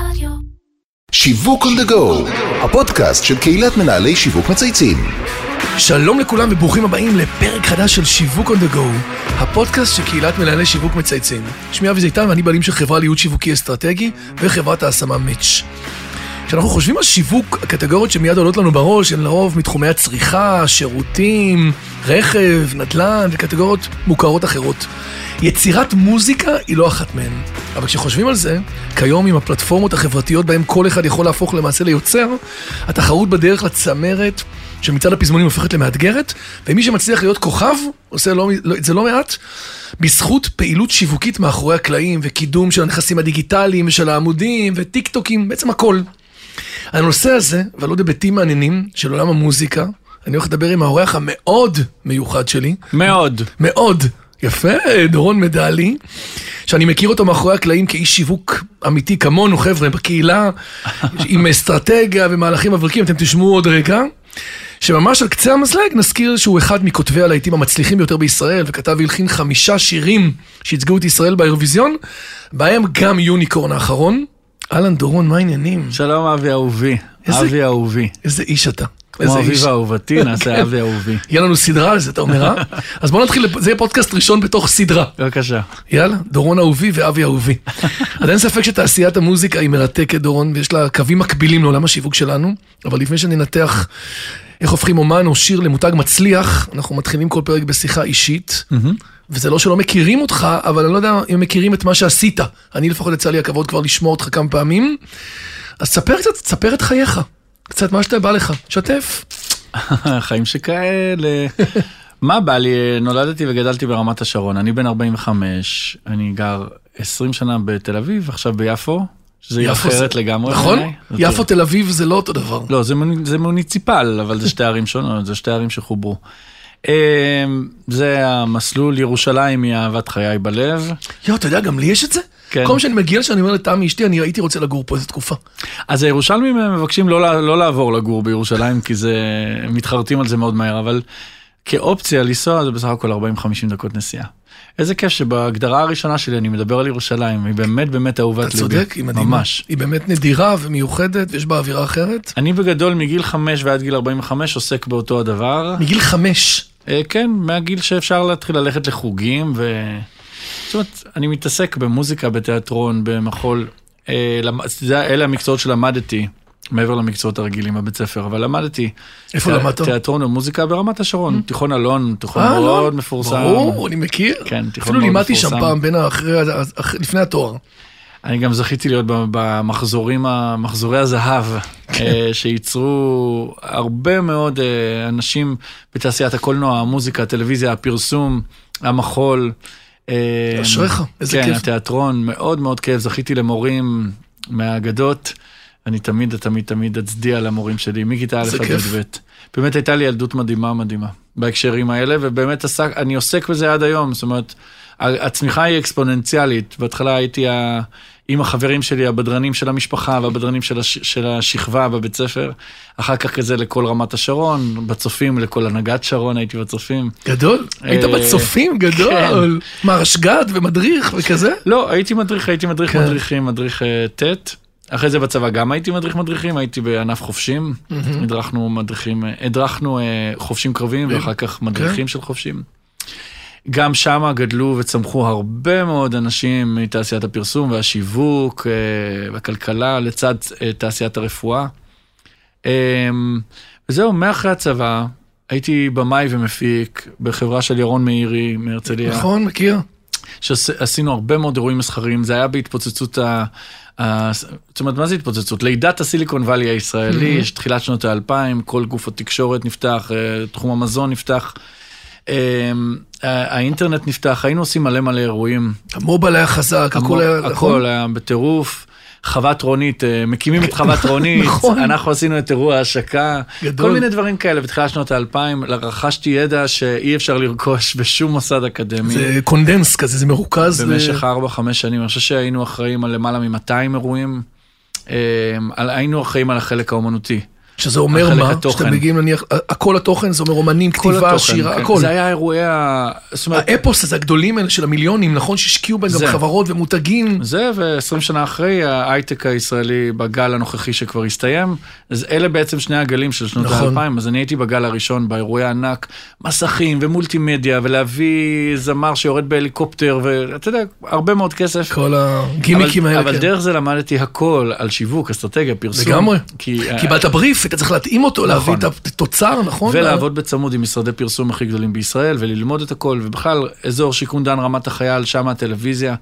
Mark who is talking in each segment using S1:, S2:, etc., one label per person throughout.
S1: רדיו.
S2: שיווק on the go, הפודקאסט של קהילת מנהלי שיווק מצייצים.
S3: שלום לכולם וברוכים הבאים לפרק חדש של שיווק on the go, הפודקאסט של קהילת מנהלי שיווק מצייצים. שמי אבי זיתן ואני בעלים של חברה לייעוד שיווקי אסטרטגי וחברת ההשמה מאץ'. כשאנחנו חושבים על שיווק, הקטגוריות שמיד עולות לנו בראש הן לרוב מתחומי הצריכה, שירותים, רכב, נדל"ן וקטגוריות מוכרות אחרות. יצירת מוזיקה היא לא אחת מהן. אבל כשחושבים על זה, כיום עם הפלטפורמות החברתיות בהן כל אחד יכול להפוך למעשה ליוצר, התחרות בדרך לצמרת של מצעד הפזמונים הופכת למאתגרת, ומי שמצליח להיות כוכב, עושה לא, לא, את זה לא מעט, בזכות פעילות שיווקית מאחורי הקלעים, וקידום של הנכסים הדיגיטליים, ושל העמודים, וטיק טוקים, בעצם הכל. הנושא הזה, ועל עוד היבטים מעניינים של עולם המוזיקה, אני הולך לדבר עם האורח המאוד מיוחד שלי,
S4: מאוד.
S3: מאוד. יפה, דורון מדלי, שאני מכיר אותו מאחורי הקלעים כאיש שיווק אמיתי כמונו, חבר'ה, בקהילה, עם אסטרטגיה ומהלכים מבריקים, אתם תשמעו עוד רגע. שממש על קצה המזלג נזכיר שהוא אחד מכותבי הלהיטים המצליחים ביותר בישראל, וכתב והלחין חמישה שירים שייצגו את ישראל באירוויזיון, בהם גם יוניקורן האחרון. אהלן דורון, מה העניינים?
S4: שלום אבי אהובי.
S3: איזה-
S4: אבי אהובי.
S3: איזה איש אתה.
S4: כמו
S3: איזה איש.
S4: אביב אהובתי, נעשה אבי אהובי.
S3: יהיה לנו סדרה על זה, אתה אומר, אה? אז בוא נתחיל, זה יהיה פודקאסט ראשון בתוך סדרה.
S4: בבקשה.
S3: יאללה, דורון אהובי ואבי אהובי. אז אין ספק שתעשיית המוזיקה היא מרתקת, דורון, ויש לה קווים מקבילים לעולם השיווק שלנו, אבל לפני שננתח איך הופכים אומן או שיר למותג מצליח, אנחנו מתחילים כל פרק בשיחה אישית, וזה לא שלא מכירים אותך, אבל אני לא יודע אם מכירים את מה שעשית. אני לפחות יצא לי הכבוד כבר לשמוע אותך כמה פעמים. אז ספר קצת, ספר את חייך. קצת מה שאתה בא לך, שתף.
S4: חיים שכאלה. מה בא לי? נולדתי וגדלתי ברמת השרון. אני בן 45, אני גר 20 שנה בתל אביב, עכשיו ביפו, שזה עיר
S3: יפו זה-
S4: אחרת לגמרי.
S3: נכון?
S4: בעיניי. זאת עיר-
S3: יפו תל אביב זה לא אותו דבר.
S4: לא, זה, מוני- זה מוניציפל, אבל זה שתי ערים שונות, זה שתי ערים שחוברו. אמ, זה המסלול, ירושלים היא אהבת חיי בלב.
S3: יואו, אתה יודע, גם לי יש את זה?
S4: כן.
S3: כל פעם שאני מגיע לשם, אני אומר לתמי, אשתי, אני הייתי רוצה לגור פה איזה תקופה.
S4: אז הירושלמים הם מבקשים לא, לע- לא לעבור לגור בירושלים, כי זה, הם מתחרטים על זה מאוד מהר, אבל כאופציה לנסוע זה בסך הכל 40-50 דקות נסיעה. איזה כיף שבהגדרה הראשונה שלי אני מדבר על ירושלים, היא באמת באמת אהובת
S3: אתה
S4: ליבי.
S3: צודק, היא מדהימה.
S4: ממש.
S3: היא באמת נדירה ומיוחדת, ויש בה אווירה אחרת.
S4: אני בגדול מגיל 5 ועד גיל 45 עוסק באותו הדבר.
S3: מגיל חמש.
S4: אה, כן, מהגיל שאפשר להתחיל ללכת לחוגים ו... זאת אומרת, אני מתעסק במוזיקה, בתיאטרון, במחול. אה, למ- זה, אלה המקצועות שלמדתי, מעבר למקצועות הרגילים בבית ספר, אבל למדתי.
S3: איפה
S4: תיא-
S3: למדת?
S4: תיאטרון ומוזיקה ברמת השרון, תיכון אלון, תיכון
S3: אה, לא?
S4: מאוד מפורסם.
S3: ברור, אני מכיר.
S4: כן, תיכון
S3: אפילו
S4: מאוד
S3: לימדתי שם
S4: מפורסם.
S3: פעם, בין האחרי, ה- אח- לפני התואר.
S4: אני גם זכיתי להיות ב- במחזורים, ה- מחזורי הזהב,
S3: כן.
S4: אה, שייצרו הרבה מאוד אה, אנשים בתעשיית הקולנוע, המוזיקה, הטלוויזיה, הפרסום, המחול. אה,
S3: אשריך, איזה
S4: כן,
S3: כיף.
S4: התיאטרון, מאוד מאוד כיף, זכיתי למורים מהאגדות. אני תמיד, תמיד, תמיד אצדיע למורים שלי, מכיתה א'
S3: איזה
S4: עד
S3: כיף.
S4: י"ב. באמת הייתה לי ילדות מדהימה מדהימה בהקשרים האלה, ובאמת עסק, אני עוסק בזה עד היום, זאת אומרת, ה- הצמיחה היא אקספוננציאלית. בהתחלה הייתי ה, עם החברים שלי, הבדרנים של המשפחה והבדרנים של, הש, של השכבה בבית ספר, אחר כך כזה לכל רמת השרון, בצופים, לכל הנהגת שרון הייתי בצופים.
S3: גדול. היית
S4: אה,
S3: בצופים, גדול. מה, רשג"ד ומדריך וכזה?
S4: לא, הייתי מדריך, הייתי מדריך
S3: כן.
S4: כן. מדריכים, מדריך אה, ט'. אחרי זה בצבא גם הייתי מדריך מדריכים, הייתי בענף חובשים, הדרכנו מדריכים, אה, הדרכנו אה, חובשים קרביים
S3: כן.
S4: ואחר כך מדריכים של חובשים. גם שם גדלו וצמחו הרבה מאוד אנשים מתעשיית הפרסום והשיווק אה, והכלכלה לצד אה, תעשיית הרפואה. אה, וזהו, מאחרי הצבא הייתי במאי ומפיק בחברה של ירון מאירי מהרצליה.
S3: נכון, מכיר.
S4: שעשינו הרבה מאוד אירועים מסחריים, זה היה בהתפוצצות ה... ה- זאת אומרת, מה זה התפוצצות? לידת הסיליקון וואלי הישראלי,
S3: Mm-hmm.
S4: יש תחילת שנות האלפיים, כל גוף התקשורת נפתח, אה, תחום המזון נפתח, אה, ה- האינטרנט נפתח, היינו עושים מלא מלא אירועים.
S3: המובייל היה חזק, הכל היה, נכון?
S4: הכל היה בטירוף. חוות רונית, אה, מקימים את חוות רונית,
S3: נכון.
S4: אנחנו עשינו את אירוע ההשקה,
S3: גדול.
S4: כל מיני דברים כאלה בתחילת שנות האלפיים, רכשתי ידע שאי אפשר לרכוש בשום מוסד אקדמי.
S3: זה אה, קונדנס כזה, זה מרוכז. אה, ל-
S4: במשך 4-5 שנים, אני חושב שהיינו אמ, אחראים על למעלה מ-200 אירועים, אה, על- היינו אחראים על החלק האומנותי.
S3: שזה אומר
S4: החלק
S3: מה?
S4: התוכן.
S3: שאתם מגיעים נניח, הכל התוכן, זה אומר אומנים,
S4: כל
S3: כתיבה,
S4: התוכן,
S3: שירה,
S4: כן.
S3: הכל.
S4: זה היה אירועי ה... זאת אומרת,
S3: האפוס הזה, הגדולים האלה של המיליונים, נכון? שהשקיעו בהם גם
S4: זה.
S3: חברות ומותגים.
S4: זה, ו-20 שנה אחרי, ההייטק הישראלי בגל הנוכחי שכבר הסתיים, אז אלה בעצם שני הגלים של שנות
S3: נכון.
S4: ה-2000, אז אני הייתי בגל הראשון, באירועי הענק, מסכים ומולטימדיה, ולהביא זמר שיורד בהליקופטר, ואתה יודע, הרבה מאוד כסף.
S3: כל הגימיקים
S4: אבל,
S3: האלה.
S4: אבל
S3: כן.
S4: דרך זה למדתי הכל על שיווק, אסטרטגיה, פרסום.
S3: לגמרי.
S4: כי, אה,
S3: קיבלת בריף, היית צריך להתאים אותו, להביא
S4: נכון.
S3: את התוצר, נכון?
S4: ולעבוד בצמוד עם משרדי פרסום הכי גדולים בישראל, וללמוד את הכל, ובכלל, אזור שיכון דן רמת החייל, שם הטלוויזיה.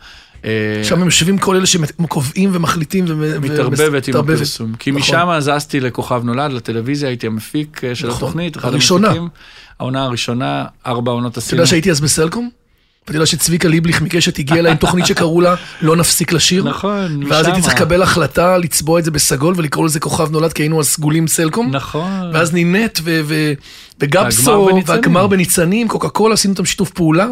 S4: אה,
S3: שם הם יושבים כל אלה שקובעים ומחליטים. ו-
S4: מתערבבת עם
S3: ומתערבבת.
S4: הפרסום. כי
S3: נכון.
S4: משם זזתי לכוכב נולד, לטלוויזיה, הייתי המפיק אה, של
S3: נכון.
S4: התוכנית, אחד
S3: הראשונה.
S4: המפיקים. העונה הראשונה, ארבע עונות
S3: אתה
S4: עשינו.
S3: יודע שהייתי אז בסלקום? אתה יודע שצביקה ליבליך מקשת הגיע אליי עם תוכנית שקראו לה "לא נפסיק לשיר"?
S4: נכון,
S3: ואז הייתי
S4: משמה.
S3: צריך לקבל החלטה לצבוע את זה בסגול ולקרוא לזה כוכב נולד, כי היינו אז סגולים סלקום.
S4: נכון.
S3: ואז נינט ו- ו- וגפסו,
S4: והגמר בניצנים.
S3: והגמר בניצנים, קוקה קולה, עשינו איתם שיתוף פעולה.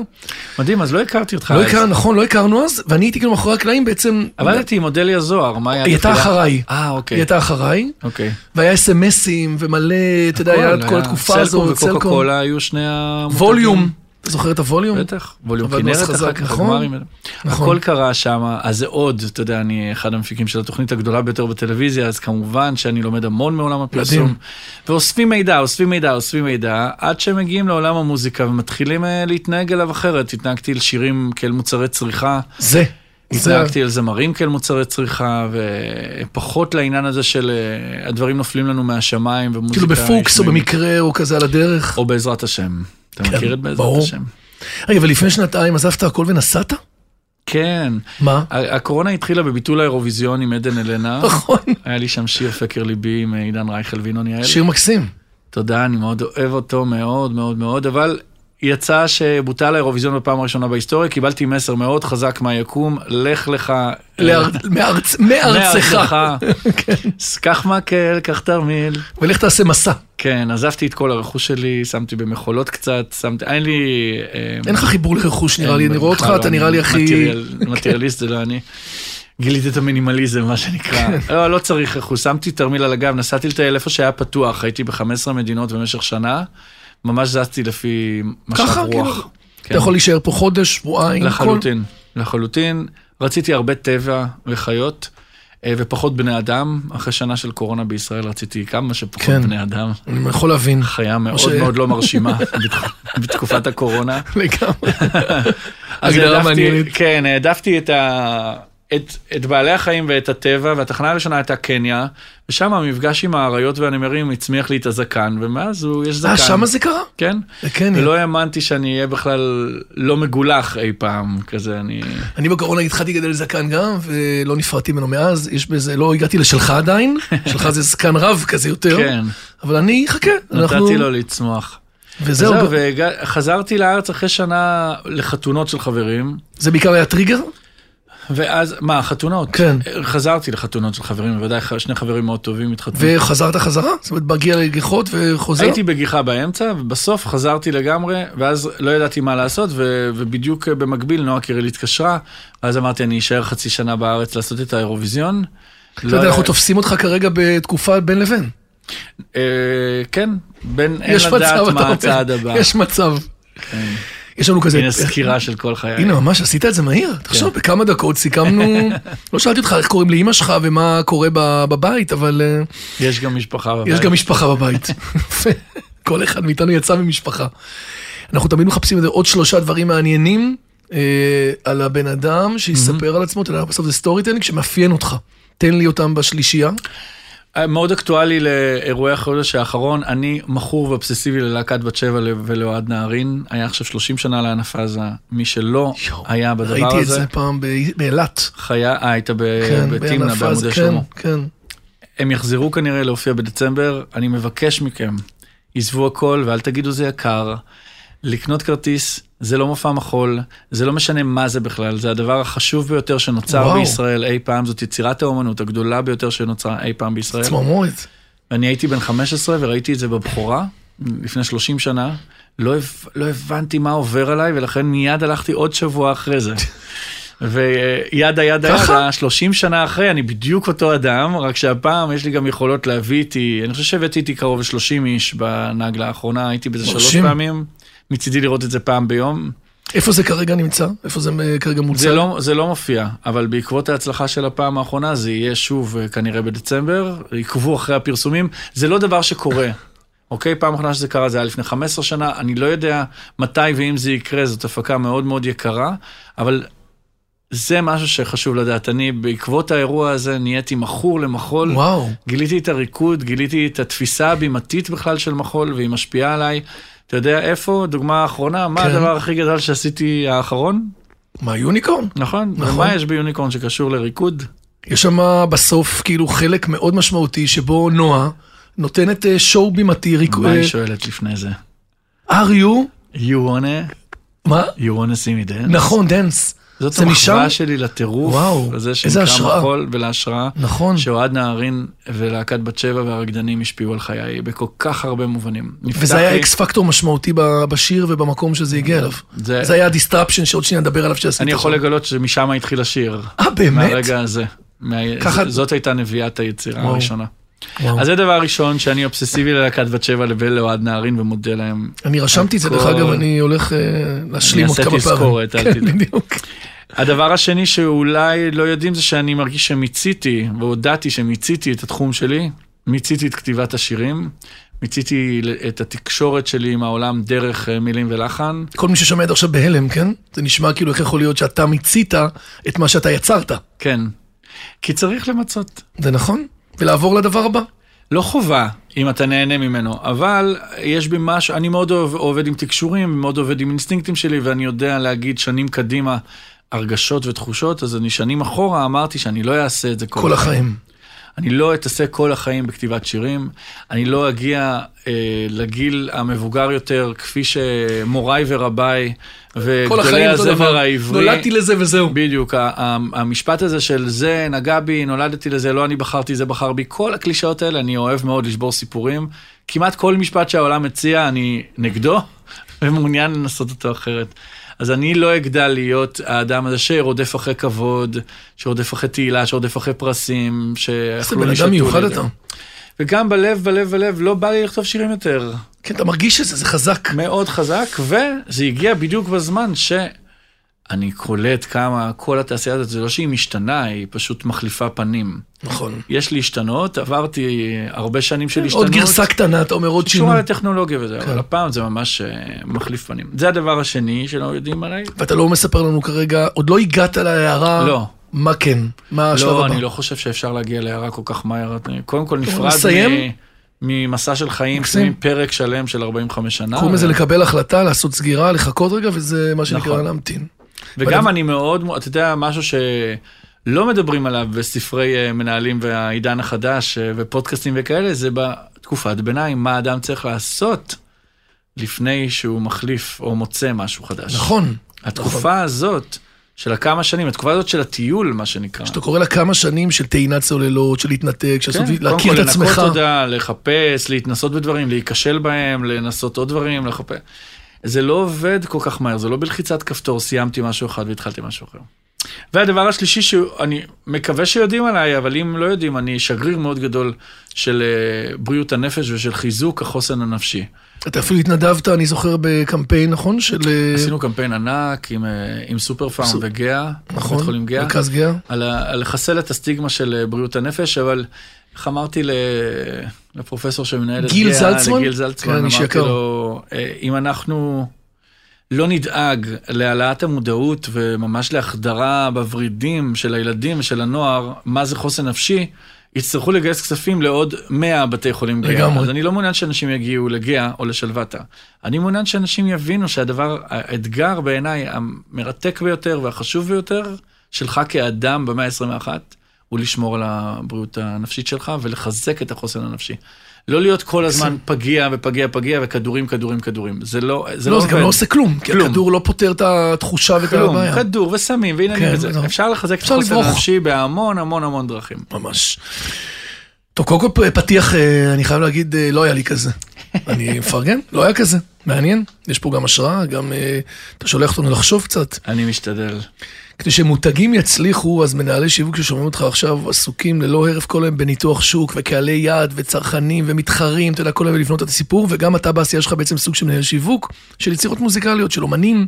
S4: מדהים, אז לא הכרתי אותך.
S3: לא
S4: אז.
S3: הכרנו, נכון, לא הכרנו אז, ואני הייתי כאילו מאחורי הקלעים בעצם, היא
S4: עבדתי עם אודליה זוהר, מה היה?
S3: הייתה
S4: בתחילה?
S3: אחריי.
S4: אה, אוקיי.
S3: הייתה אחריי,
S4: אוקיי.
S3: והיה אס.אם.אסים ומלא, אתה יודע, היה את כל התקופה הזו,
S4: נכון, סלקום וקוקה קולה היו שני המותגים.
S3: ווליום, אתה זוכר את הווליום?
S4: בטח, ווליום
S3: עבדנו אז
S4: כנרת
S3: Mm. חזק,
S4: אחר כך,
S3: נכון.
S4: הגמרים האלה.
S3: נכון.
S4: הכל קרה שם, אז זה עוד, אתה יודע, אני אחד המפיקים של התוכנית הגדולה ביותר בטלוויזיה, אז כמובן שאני לומד המון מעולם
S3: מדהים.
S4: הפרסום. ואוספים מידע, אוספים מידע, אוספים מידע, עד שמגיעים לעולם המוזיקה ומתחילים אה, להתנהג אליו אחרת. התנהגתי אל שירים כאל מוצרי צריכה,
S3: זה. זה ה-
S4: התנהגתי אל זמרים כאל מוצרי צריכה, ופחות לעניין הזה של אה, הדברים נופלים לנו מהשמיים ומוזיקה...
S3: כאילו בפוקס או
S4: נשמעים-
S3: במקרה או כזה על הדרך.
S4: או בעזרת השם. אתה מכיר את בעזרת
S3: ברור.
S4: השם?
S3: רגע, ולפני שנתיים עזבת הכל ונסעת?
S4: כן.
S3: מה?
S4: ה- הקורונה התחילה בביטול האירוויזיון עם עדן אלנה.
S3: נכון.
S4: היה לי שם שיר פקר ליבי עם אה, עידן רייכל וינון יעל.
S3: שיר מקסים.
S4: תודה, אני מאוד אוהב אותו, מאוד מאוד מאוד, אבל יצא שבוטל האירוויזיון בפעם הראשונה בהיסטוריה, קיבלתי מסר מאוד חזק מהיקום, לך לך. אה,
S3: לאר- כן. מארצ- מארצך.
S4: אז קח מקל, קח תרמיל.
S3: ולך תעשה מסע.
S4: כן, עזבתי את כל הרכוש שלי, שמתי במכולות קצת, שמתי, אין לי... אה,
S3: אין לך חיבור לרכוש נראה
S4: אין,
S3: לי, אני רואה אותך,
S4: בכלל לא,
S3: אתה
S4: אני
S3: נראה לי הכי...
S4: מטריאל- מטריאליסט זה לא אני. גיליתי את המינימליזם, מה שנקרא. לא, לא צריך רכוש. שמתי תרמיל על הגב, נסעתי לטייל איפה שהיה פתוח, הייתי ב-15 מדינות במשך שנה, ממש זזתי לפי משב
S3: ככה,
S4: רוח.
S3: כאילו,
S4: כן.
S3: אתה יכול להישאר פה חודש, שבועיים, כל...
S4: לחלוטין, לחלוטין. רציתי הרבה טבע וחיות. אה, ופחות בני אדם, אחרי שנה של קורונה בישראל רציתי כמה שפחות
S3: כן.
S4: בני אדם.
S3: אני יכול להבין.
S4: חיה מאוד
S3: ש-
S4: מאוד לא מרשימה בתק- בתקופת הקורונה.
S3: לגמרי.
S4: אז
S3: הגדרה
S4: העדפתי-
S3: מעניינת.
S4: כן, העדפתי את, ה... את, את בעלי החיים ואת הטבע, והתחנה הראשונה הייתה קניה, ושם המפגש עם האריות והנמרים הצמיח לי את הזקן, ומאז הוא, יש זקן.
S3: אה, שמה זה קרה?
S4: כן.
S3: כן.
S4: ולא האמנתי שאני אהיה בכלל לא מגולח אי פעם, כזה אני...
S3: אני בקורונה התחלתי לגדל זקן גם, ולא נפרדתי ממנו מאז, יש בזה, לא הגעתי לשלך עדיין, שלך זה זקן רב כזה יותר,
S4: כן,
S3: אבל אני, חכה, לא? אנחנו...
S4: נתתי לו לצמוח.
S3: וזהו,
S4: זהו, וחזרתי לארץ אחרי שנה לחתונות של חברים,
S3: זה בעיקר היה טריגר?
S4: ואז, מה, חתונות?
S3: כן.
S4: חזרתי לחתונות של חברים, בוודאי ח- שני חברים מאוד טובים התחתנו.
S3: וחזרת חזרה? זאת אומרת, מגיע לגיחות וחוזר?
S4: הייתי בגיחה באמצע, ובסוף חזרתי לגמרי, ואז לא ידעתי מה לעשות, ו- ובדיוק במקביל נועה קירל התקשרה, ואז אמרתי, אני אשאר חצי שנה בארץ לעשות את האירוויזיון. לא
S3: אתה יודע, אנחנו תופסים אותך כרגע בתקופה בין לבין.
S4: אה, כן, בין אין
S3: יש מצב, אתה
S4: לדעת מה
S3: אומר.
S4: הצעד הבא. כן.
S3: יש מצב. יש לנו כזה...
S4: הנה סקירה כן. של כל חיי.
S3: הנה, ממש עשית את זה מהיר. תחשוב, בכמה דקות סיכמנו... לא שאלתי אותך איך קוראים לאימא שלך ומה קורה ב- בבית, אבל אה,
S4: יש גם משפחה בבית.
S3: יש גם משפחה בבית. יפה. כל אחד מאיתנו יצא ממשפחה. אנחנו תמיד מחפשים את זה, עוד שלושה דברים מעניינים אה, על הבן אדם שיספר על עצמו, אתה יודע, בסוף זה סטורי טיילינג שמאפיין אותך. תן לי אותם בשלישייה.
S4: אה, מאוד אקטואלי לאירועי החודש האחרון, אני מכור ואובססיבי ללהקת בת שבע ל- ולאוהד נהרין, היה עכשיו 30 שנה לענף עזה, מי שלא היה בדבר
S3: ראיתי את
S4: הזה,
S3: זה פעם ב- באילת.
S4: חיה, אה, היית ב-
S3: כן,
S4: בתמנה,
S3: בענף הזה,
S4: בעמודי שלמה.
S3: כן, כן.
S4: הם יחזרו כנראה להופיע בדצמבר, אני מבקש מכם, עזבו הכל ואל תגידו זה יקר. לקנות כרטיס, זה לא מופע מחול, זה לא משנה מה זה בכלל, זה הדבר החשוב ביותר שנוצר
S3: וואו.
S4: וואו. בישראל אי פעם, זאת יצירת האומנות הגדולה ביותר שנוצרה אי פעם בישראל.
S3: צמרמורת.
S4: ואני הייתי בן 15 וראיתי את זה בבכורה, לפני 30 שנה, לא, הב... לא הבנתי מה עובר עליי, ולכן מיד הלכתי עוד שבוע אחרי זה. וידה ידה
S3: ככה?
S4: ידה, 30 שנה אחרי, אני בדיוק אותו אדם, רק שהפעם יש לי גם יכולות להביא איתי, אני חושב שהבאתי איתי קרוב ל-30 איש בנגלה האחרונה, הייתי בזה שלוש
S3: מרשים.
S4: פעמים, מצידי לראות את זה פעם ביום.
S3: איפה זה כרגע נמצא? איפה זה אה, כרגע מוצג?
S4: זה לא, זה לא מופיע, אבל בעקבות ההצלחה של הפעם האחרונה, זה יהיה שוב אה, כנראה בדצמבר, עיכבו אחרי הפרסומים, זה לא דבר שקורה. אוקיי, פעם אחרונה שזה קרה זה היה לפני 15 שנה, אני לא יודע מתי ואם זה יקרה, זאת הפקה מאוד מאוד יקרה, אבל זה משהו שחשוב לדעת. אני בעקבות האירוע הזה נהייתי מכור למחול.
S3: וואו.
S4: גיליתי את הריקוד, גיליתי את התפיסה הבימתית בכלל של מחול, והיא משפיעה עליי. אתה יודע איפה, דוגמה האחרונה, מה
S3: כן.
S4: הדבר הכי גדול שעשיתי האחרון?
S3: מה, יוניקורן?
S4: נכון,
S3: נכון.
S4: ומה יש ביוניקורן שקשור לריקוד?
S3: יש שם בסוף כאילו חלק מאוד משמעותי שבו נועה נותנת אה, שואו בימתי, ריק...
S4: מה
S3: אה,
S4: היא שואלת לפני זה?
S3: are you?
S4: You wanna,
S3: מה?
S4: you wanna see me dance?
S3: נכון, דנס.
S4: זאת
S3: זה
S4: המחווה
S3: משם?
S4: שלי לטירוף,
S3: וואו,
S4: הזה
S3: איזה
S4: שנקרא
S3: השראה.
S4: מחול ולהשראה,
S3: נכון.
S4: שאוהד נהרין ולהקת בת שבע והרקדנים השפיעו על חיי בכל כך הרבה מובנים.
S3: וזה
S4: נפתח
S3: היה
S4: לי-
S3: אקס פקטור משמעותי ב- בשיר ובמקום שזה הגיע אליו.
S4: זה-
S3: זה היה הדיסטרפשן שעוד שנייה נדבר עליו שעשית.
S4: אה. אני יכול
S3: שם.
S4: לגלות שמשם התחיל השיר.
S3: אה, באמת?
S4: מהרגע הזה. מה-
S3: ככה-
S4: ז- זאת הייתה נביאת היצירה
S3: וואו.
S4: הראשונה.
S3: וואו.
S4: אז זה דבר ראשון שאני אובססיבי ללהקת בת שבע לבין לאוהד נהרין ומודה להם.
S3: אני רשמתי את זה, דרך
S4: הכל-
S3: אגב, אני הולך אה, להשלים
S4: אני
S3: עוד
S4: אעשה
S3: כמה פעמים.
S4: תזכורת, אל תדאג.
S3: כן, בדיוק.
S4: הדבר השני שאולי לא יודעים זה שאני מרגיש שמיציתי, והודעתי שמיציתי את התחום שלי, מיציתי את כתיבת השירים, מיציתי ל- את התקשורת שלי עם העולם דרך אה, מילים ולחן.
S3: כל מי ששומע את עכשיו בהלם, כן? זה נשמע כאילו איך יכול להיות שאתה מיצית את מה שאתה יצרת.
S4: כן. כי צריך למצות.
S3: זה נכון? ולעבור לדבר הבא.
S4: לא חובה, אם אתה נהנה ממנו, אבל יש בי משהו, אני מאוד אוהב, עובד עם תקשורים, מאוד עובד עם אינסטינקטים שלי, ואני יודע להגיד שנים קדימה הרגשות ותחושות, אז אני שנים אחורה אמרתי שאני לא אעשה את זה כל,
S3: כל החיים.
S4: אני לא אתעסק כל החיים בכתיבת שירים, אני לא אגיע אה, לגיל המבוגר יותר, כפי שמוריי ורביי
S3: כל
S4: וגדולי
S3: החיים אותו
S4: הזמר
S3: דבר.
S4: העברי.
S3: נולדתי לזה וזהו.
S4: בדיוק, ה- ה- המשפט הזה של זה נגע בי, נולדתי לזה, לא אני בחרתי, זה בחר בי, כל הקלישאות האלה, אני אוהב מאוד לשבור סיפורים. כמעט כל משפט שהעולם מציע, אני נגדו, ומעוניין לנסות אותו אחרת. אז אני לא אגדל להיות האדם הזה שרודף אחרי כבוד, שרודף אחרי תהילה, שרודף אחרי פרסים,
S3: איזה
S4: שאכלו
S3: בן
S4: לי,
S3: אדם
S4: שתו
S3: מיוחד
S4: לי.
S3: אתה.
S4: וגם בלב, בלב, בלב, לא בא לי לכתוב שירים יותר.
S3: כן, אתה מרגיש את זה, זה חזק.
S4: מאוד חזק, וזה הגיע בדיוק בזמן שאני קולט כמה כל התעשייה הזאת, זה לא שהיא משתנה, היא פשוט מחליפה פנים.
S3: נכון.
S4: יש להשתנות, עברתי הרבה שנים של השתנות.
S3: אה, עוד גרסה קטנה, אתה אומר עוד
S4: קשורה
S3: שינוי.
S4: לטכנולוגיה וזה,
S3: כן.
S4: אבל הפעם זה ממש אה, מחליף פנים. זה הדבר השני שלא יודעים עליי.
S3: ואתה לא מספר לנו כרגע, עוד לא הגעת להערה.
S4: לא.
S3: מה כן? מה השלב הבא?
S4: לא, אני לא חושב שאפשר להגיע להערה כל כך מהר. אני קודם כל נפרד
S3: נסיים?
S4: מ- ממסע של חיים,
S3: מקסים.
S4: שמים פרק שלם של 45 שנה.
S3: קוראים לזה
S4: ו-
S3: לקבל החלטה, לעשות סגירה, לחכות רגע, וזה מה שנקרא
S4: אה. נכון.
S3: להמתין.
S4: וגם
S3: בדבר-
S4: אני מאוד, אתה יודע, משהו שלא מדברים עליו בספרי אה, מנהלים והעידן החדש אה, ופודקאסטים וכאלה, זה בתקופת ביניים, מה אדם צריך לעשות לפני שהוא מחליף או מוצא משהו חדש.
S3: נכון.
S4: התקופה הזאת של הכמה שנים, התקופה הזאת של הטיול, מה שנקרא.
S3: שאתה קורא לה כמה שנים של טעינת צוללות, של להתנתק, של לעשות-
S4: כן, קודם
S3: להכיר
S4: כל,
S3: את עצמך.
S4: לנקות תודה, לחפש, להתנסות בדברים, להיכשל בהם, לנסות עוד דברים, לחפש. זה לא עובד כל כך מהר, זה לא בלחיצת כפתור, סיימתי משהו אחד והתחלתי משהו אחר. והדבר השלישי שאני מקווה שיודעים עליי, אבל אם לא יודעים, אני שגריר מאוד גדול של אה, בריאות הנפש ושל חיזוק החוסן הנפשי.
S3: אתה אפילו התנדבת, אני זוכר, בקמפיין, נכון? של... אה,
S4: עשינו קמפיין ענק עם, אה, עם סופר פארם
S3: סופ-
S4: וגאה,
S3: נכון?
S4: בית חולים גאה.
S3: מרכז גאה.
S4: על, ה, על לחסל את הסטיגמה של אה, בריאות הנפש, אבל איך אמרתי ל, לפרופסור שמנהל את
S3: גיל
S4: גאה,
S3: זלצמן?
S4: לגיל
S3: כן,
S4: זלצמן,
S3: איש
S4: אמרתי
S3: יקר.
S4: לו, "אה, אם אנחנו לא נדאג להעלאת המודעות וממש להחדרה בוורידים של הילדים ושל הנוער, מה זה חוסן נפשי, יצטרכו לגייס כספים לעוד 100 בתי חולים גאה.
S3: לגמרי.
S4: אז אני לא מעוניין שאנשים יגיעו לגאה או לשלוותה. אני מעוניין שאנשים יבינו שהדבר, האתגר בעיניי המרתק ביותר והחשוב ביותר שלך כאדם במאה ה-21, הוא לשמור על הבריאות הנפשית שלך ולחזק את החוסן הנפשי. לא להיות כל הזמן פגיע ופגיע פגיע וכדורים, כדורים, כדורים. זה לא, זה לא
S3: לא, זה גם
S4: עובד.
S3: לא עושה כלום, כי
S4: כלום.
S3: הכדור לא פותר את התחושה ואת
S4: כלום,
S3: הבעיה.
S4: כדור וסמים, והנה
S3: כן,
S4: אני וזה.
S3: לא.
S4: אפשר לחזק את
S3: אפשר
S4: החוסן
S3: לברוח.
S4: הנפשי בהמון המון המון דרכים.
S3: ממש. טוב, קודם כל פתיח, אה, אני חייב להגיד, אה, לא היה לי כזה. אני מפרגן, לא היה כזה. מעניין, יש פה גם השראה, גם אה, אתה שולח אותנו לחשוב קצת.
S4: אני משתדל.
S3: כדי שמותגים יצליחו, אז מנהלי שיווק ששומעים אותך עכשיו עסוקים ללא הרף כל היום בניתוח שוק וקהלי יעד וצרכנים ומתחרים, אתה יודע, כל היום לבנות את הסיפור, וגם אתה בעשייה שלך בעצם סוג של מנהל שיווק, של יצירות מוזיקליות, של אומנים.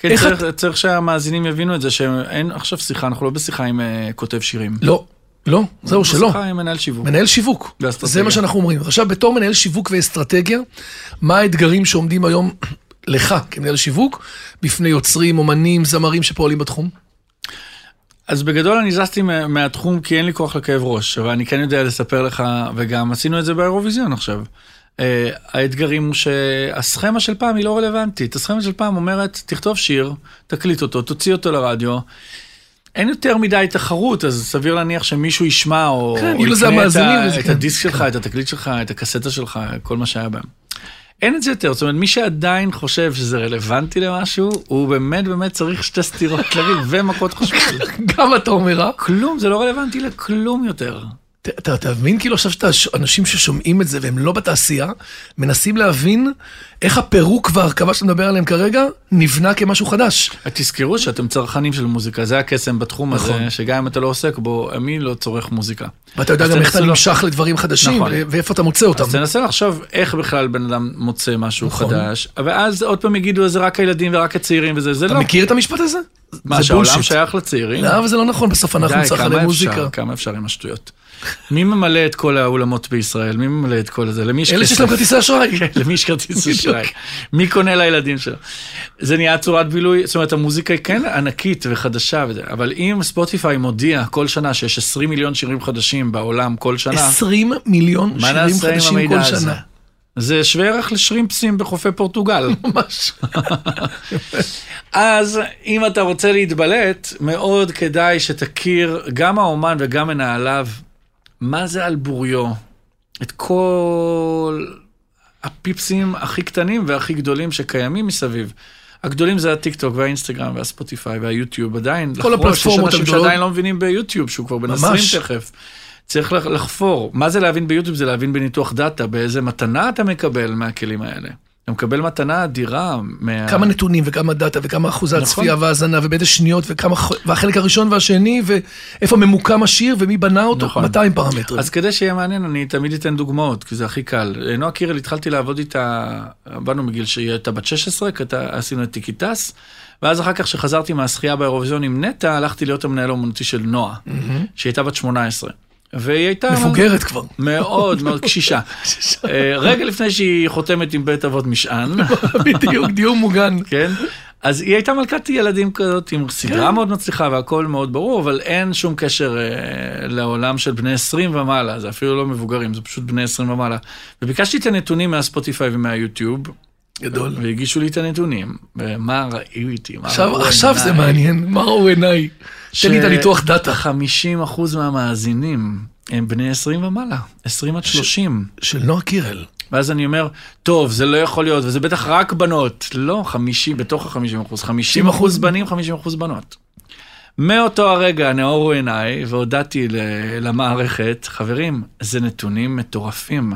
S4: כן,
S3: איך
S4: צריך, צריך שהמאזינים יבינו את זה, שאין עכשיו שיחה, אנחנו לא בשיחה עם אה, כותב שירים.
S3: לא, לא, זהו, שלא.
S4: שיחה עם מנהל שיווק.
S3: מנהל שיווק,
S4: ואסטרטגיה.
S3: זה מה שאנחנו אומרים. אז עכשיו, בתור מנהל שיווק ואסטרטגיה, מה האתגרים שעומדים היום לך כמנהל שיווק, בפני יוצרים, אומנים, זמרים שפועלים בתחום?
S4: אז בגדול אני זזתי מה- מהתחום כי אין לי כוח לכאב ראש, אבל אני כן יודע לספר לך, וגם עשינו את זה באירוויזיון עכשיו. Uh, האתגרים הוא שהסכמה של פעם היא לא רלוונטית. הסכמה של פעם אומרת, תכתוב שיר, תקליט אותו, תוציא אותו לרדיו. אין יותר מדי תחרות, אז סביר להניח שמישהו ישמע או,
S3: כן,
S4: או
S3: יהיו לזה
S4: יקנה את,
S3: המאזינים
S4: ה-
S3: וזה,
S4: את
S3: כן.
S4: הדיסק שלך, את התקליט שלך, את הקסטה שלך, כל מה שהיה בהם. אין את זה יותר, זאת אומרת, מי שעדיין חושב שזה רלוונטי למשהו, הוא באמת באמת צריך שתי סטירות לריב ומכות חשמל.
S3: גם אתה אומר, אה?
S4: כלום, זה לא רלוונטי לכלום יותר.
S3: ת- אתה אתה מבין כאילו עכשיו שאתה, אנשים ששומעים את זה והם לא בתעשייה, מנסים להבין איך הפירוק וההרכבה שאתה מדבר עליהם כרגע, נבנה כמשהו חדש.
S4: תזכרו שאתם צרכנים של מוזיקה, זה הקסם בתחום
S3: נכון.
S4: הזה, שגם אם אתה לא עוסק בו, מי לא צורך מוזיקה.
S3: ואתה יודע
S4: אז
S3: גם איך אתה
S4: תנסו לא-
S3: נמשך לדברים חדשים,
S4: נכון.
S3: ו- ואיפה אתה מוצא אותם.
S4: אז תנסה לא- לחשוב איך בכלל בן אדם מוצא משהו
S3: נכון.
S4: חדש, ואז עוד פעם יגידו, זה רק הילדים ורק הצעירים וזה, זה
S3: אתה
S4: לא.
S3: מכיר את המשפט הזה?
S4: מה
S3: זה
S4: שהעולם
S3: בולשיט.
S4: שייך לצעירים.
S3: לא, אבל זה לא נכון, בסוף אנחנו
S4: די, כמה
S3: צרכני
S4: אפשר,
S3: מוזיקה.
S4: כמה אפשר עם השטויות. מי ממלא את כל האולמות בישראל? מי ממלא את כל זה? למי יש
S3: אלה שיש להם
S4: כסף?
S3: כרטיסי אשראי.
S4: כן, למי יש כרטיס אשראי? מי קונה לילדים שלו? זה נהיה צורת בילוי, זאת אומרת המוזיקה היא כן ענקית וחדשה, וזה, אבל אם ספוטיפיי מודיע כל שנה שיש 20 מיליון שירים חדשים בעולם כל שנה,
S3: 20 מיליון
S4: מה
S3: שירים
S4: נעשה עם
S3: חדשים
S4: המידע
S3: כל
S4: הזה?
S3: שנה.
S4: זה שווה ערך לשרימפסים בחופי פורטוגל.
S3: ממש.
S4: אה. אז אם אתה רוצה להתבלט, מאוד כדאי שתכיר גם האומן וגם מנהליו, מה זה על בוריו, את כל הפיפסים הכי קטנים והכי גדולים שקיימים מסביב. הגדולים זה הטיקטוק והאינסטגרם והספוטיפיי והיוטיוב, עדיין לחפור, שיש
S3: הפלטפורמות
S4: אנשים
S3: הגדולות.
S4: שעדיין לא מבינים ביוטיוב, שהוא כבר בן
S3: ממש.
S4: 20 תכף. צריך לח- לחפור. מה זה להבין ביוטיוב? זה להבין בניתוח דאטה, באיזה מתנה אתה מקבל מהכלים האלה. אתה מקבל מתנה אדירה מה...
S3: כמה נתונים וכמה דאטה וכמה אחוזי
S4: נכון.
S3: הצפייה והאזנה ובאיזה שניות וכמה, ח- והחלק הראשון והשני ואיפה ממוקם השיר ומי בנה אותו,
S4: נכון.
S3: 200 פרמטרים.
S4: אז כדי שיהיה מעניין, אני תמיד אתן דוגמאות, כי זה הכי קל. אה, נועה קירל, התחלתי לעבוד איתה, באנו מגיל שהיא הייתה בת 16, כתה, עשינו את טיקי טס, ואז אחר כך שחזרתי מהשחייה באירוויזיון עם נטע, הלכתי להיות המנהל האומנותי של נועה, שהיא הייתה בת 18. והיא הייתה...
S3: מבוגרת כבר.
S4: מאוד מאוד קשישה. אה, רגע לפני שהיא חותמת עם בית אבות משען,
S3: בדיוק, דיור מוגן.
S4: כן? אז היא הייתה מלכת ילדים כזאת, עם סדרה
S3: כן.
S4: מאוד מצליחה והכל מאוד ברור, אבל אין שום קשר אה, לעולם של בני 20 ומעלה, זה אפילו לא מבוגרים, זה פשוט בני 20 ומעלה. וביקשתי את הנתונים מהספוטיפיי ומהיוטיוב,
S3: גדול.
S4: והגישו לי את הנתונים, ומה ראו איתי, מה ראו
S3: עכשיו, עכשיו זה
S4: עיניי.
S3: מעניין, מה ראו עיניי? תן לי את הניתוח דאטה.
S4: 50% מהמאזינים הם בני 20 ומעלה, 20 עד 30.
S3: של נועה קירל.
S4: ואז אני אומר, טוב, זה לא יכול להיות, וזה בטח רק בנות. לא, 50, בתוך ה-50 אחוז, 50 אחוז בנים, 50 אחוז בנות. מאותו הרגע נאורו עיניי, והודעתי ל- למערכת, חברים, זה נתונים מטורפים.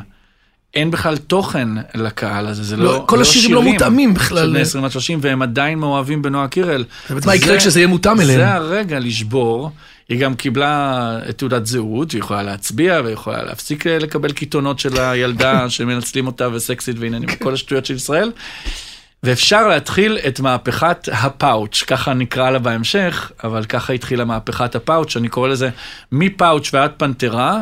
S4: אין בכלל תוכן לקהל הזה, זה לא,
S3: לא,
S4: לא,
S3: כל השירים לא מותאמים בכלל.
S4: של בני 20 עד 30, והם עדיין מאוהבים בנועה קירל.
S3: באמת, מה יקרה כשזה יהיה מותאם אליהם?
S4: זה הרגע לשבור. היא גם קיבלה את תעודת זהות, היא יכולה להצביע ויכולה להפסיק אה, לקבל קיתונות של הילדה שמנצלים אותה וסקסית ועניינים,
S3: כן.
S4: כל השטויות של ישראל. ואפשר להתחיל את מהפכת הפאוץ', ככה נקרא לה בהמשך, אבל ככה התחילה מהפכת הפאוץ', אני קורא לזה מפאוץ' ועד פנתרה,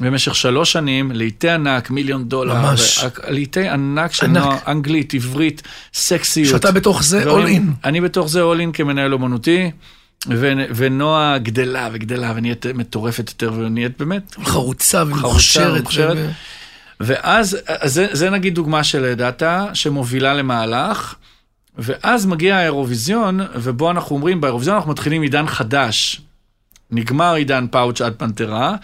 S4: במשך שלוש שנים, לעיתי ענק, מיליון דולר.
S3: ממש.
S4: ו- לעיתי ענק של
S3: ענק.
S4: נוער, אנגלית, עברית, סקסיות.
S3: שאתה בתוך זה
S4: דברים-
S3: all in.
S4: אני בתוך זה all in כמנהל אומנותי, ו- ונועה גדלה וגדלה ונהיית מטורפת יותר ונהיית באמת.
S3: חרוצה ומוכשרת.
S4: ומוכשרת.
S3: ו-
S4: ואז, אז זה, זה נגיד דוגמה של דאטה שמובילה למהלך, ואז מגיע האירוויזיון, ובו אנחנו אומרים, באירוויזיון אנחנו מתחילים עידן חדש. נגמר עידן פאוץ' עד פנתרה,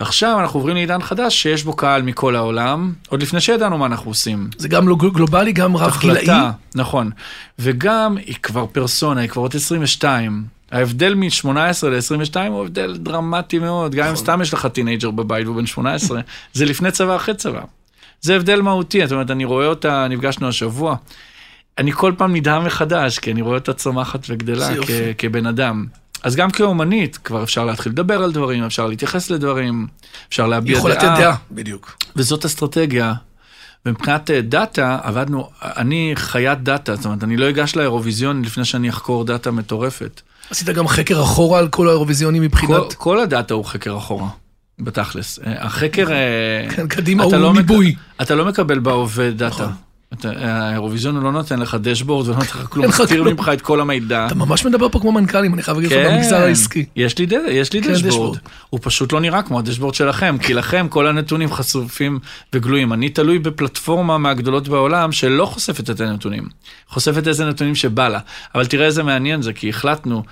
S4: ועכשיו אנחנו עוברים לעידן חדש שיש בו קהל מכל העולם, עוד לפני שידענו מה אנחנו עושים.
S3: זה גם לא גלובלי, גם רב גילאי.
S4: החלטה, נכון. וגם היא כבר פרסונה, היא כבר בת 22. ההבדל מ-18 ל-22 הוא הבדל דרמטי מאוד, גם אם
S3: נכון.
S4: סתם יש לך טינג'ר בבית והוא בן 18, זה לפני צבא, אחרי צבא. זה הבדל מהותי, זאת אומרת, אני רואה אותה, נפגשנו השבוע. אני כל פעם נדהם מחדש, כי אני רואה אותה צומחת וגדלה
S3: זה
S4: כ-
S3: יופי.
S4: כבן אדם. אז גם כאומנית, כבר אפשר להתחיל לדבר על דברים, אפשר להתייחס לדברים, אפשר
S3: היא
S4: להביע
S3: יכולה לתת דעה, בדיוק.
S4: וזאת אסטרטגיה. ומבחינת אה, דאטה, עבדנו, אני חיית דאטה, זאת אומרת, אני לא אגש לאירוויזיון לפני שאני אחקור דאטה מטורפת.
S3: עשית גם חקר אחורה על כל האירוויזיונים
S4: כל,
S3: מבחינת...
S4: כל הדאטה הוא חקר אחורה, בתכלס. אה, החקר... אה,
S3: כן, קדימה
S4: אתה
S3: הוא
S4: לא מק-
S3: ניבוי.
S4: אתה לא מקבל בהווה דאטה.
S3: נכון.
S4: אתה- האירוויזיון הוא לא נותן לך דשבורד ולא נותן לך כלום,
S3: אין לך
S4: מסתיר
S3: כלום.
S4: ממך את כל המידע.
S3: אתה ממש מדבר פה כמו מנכ"לים, אני חייב להגיד
S4: כן.
S3: לך, במגזר העסקי.
S4: יש לי, ד... יש לי
S3: כן, דשבורד.
S4: דשבורד. הוא פשוט לא נראה כמו הדשבורד שלכם, כי לכם כל הנתונים חשופים וגלויים. אני תלוי בפלטפורמה מהגדולות בעולם שלא חושפת את הנתונים, חושפת איזה נתונים שבא לה. אבל תראה איזה מעניין זה, כי החלטנו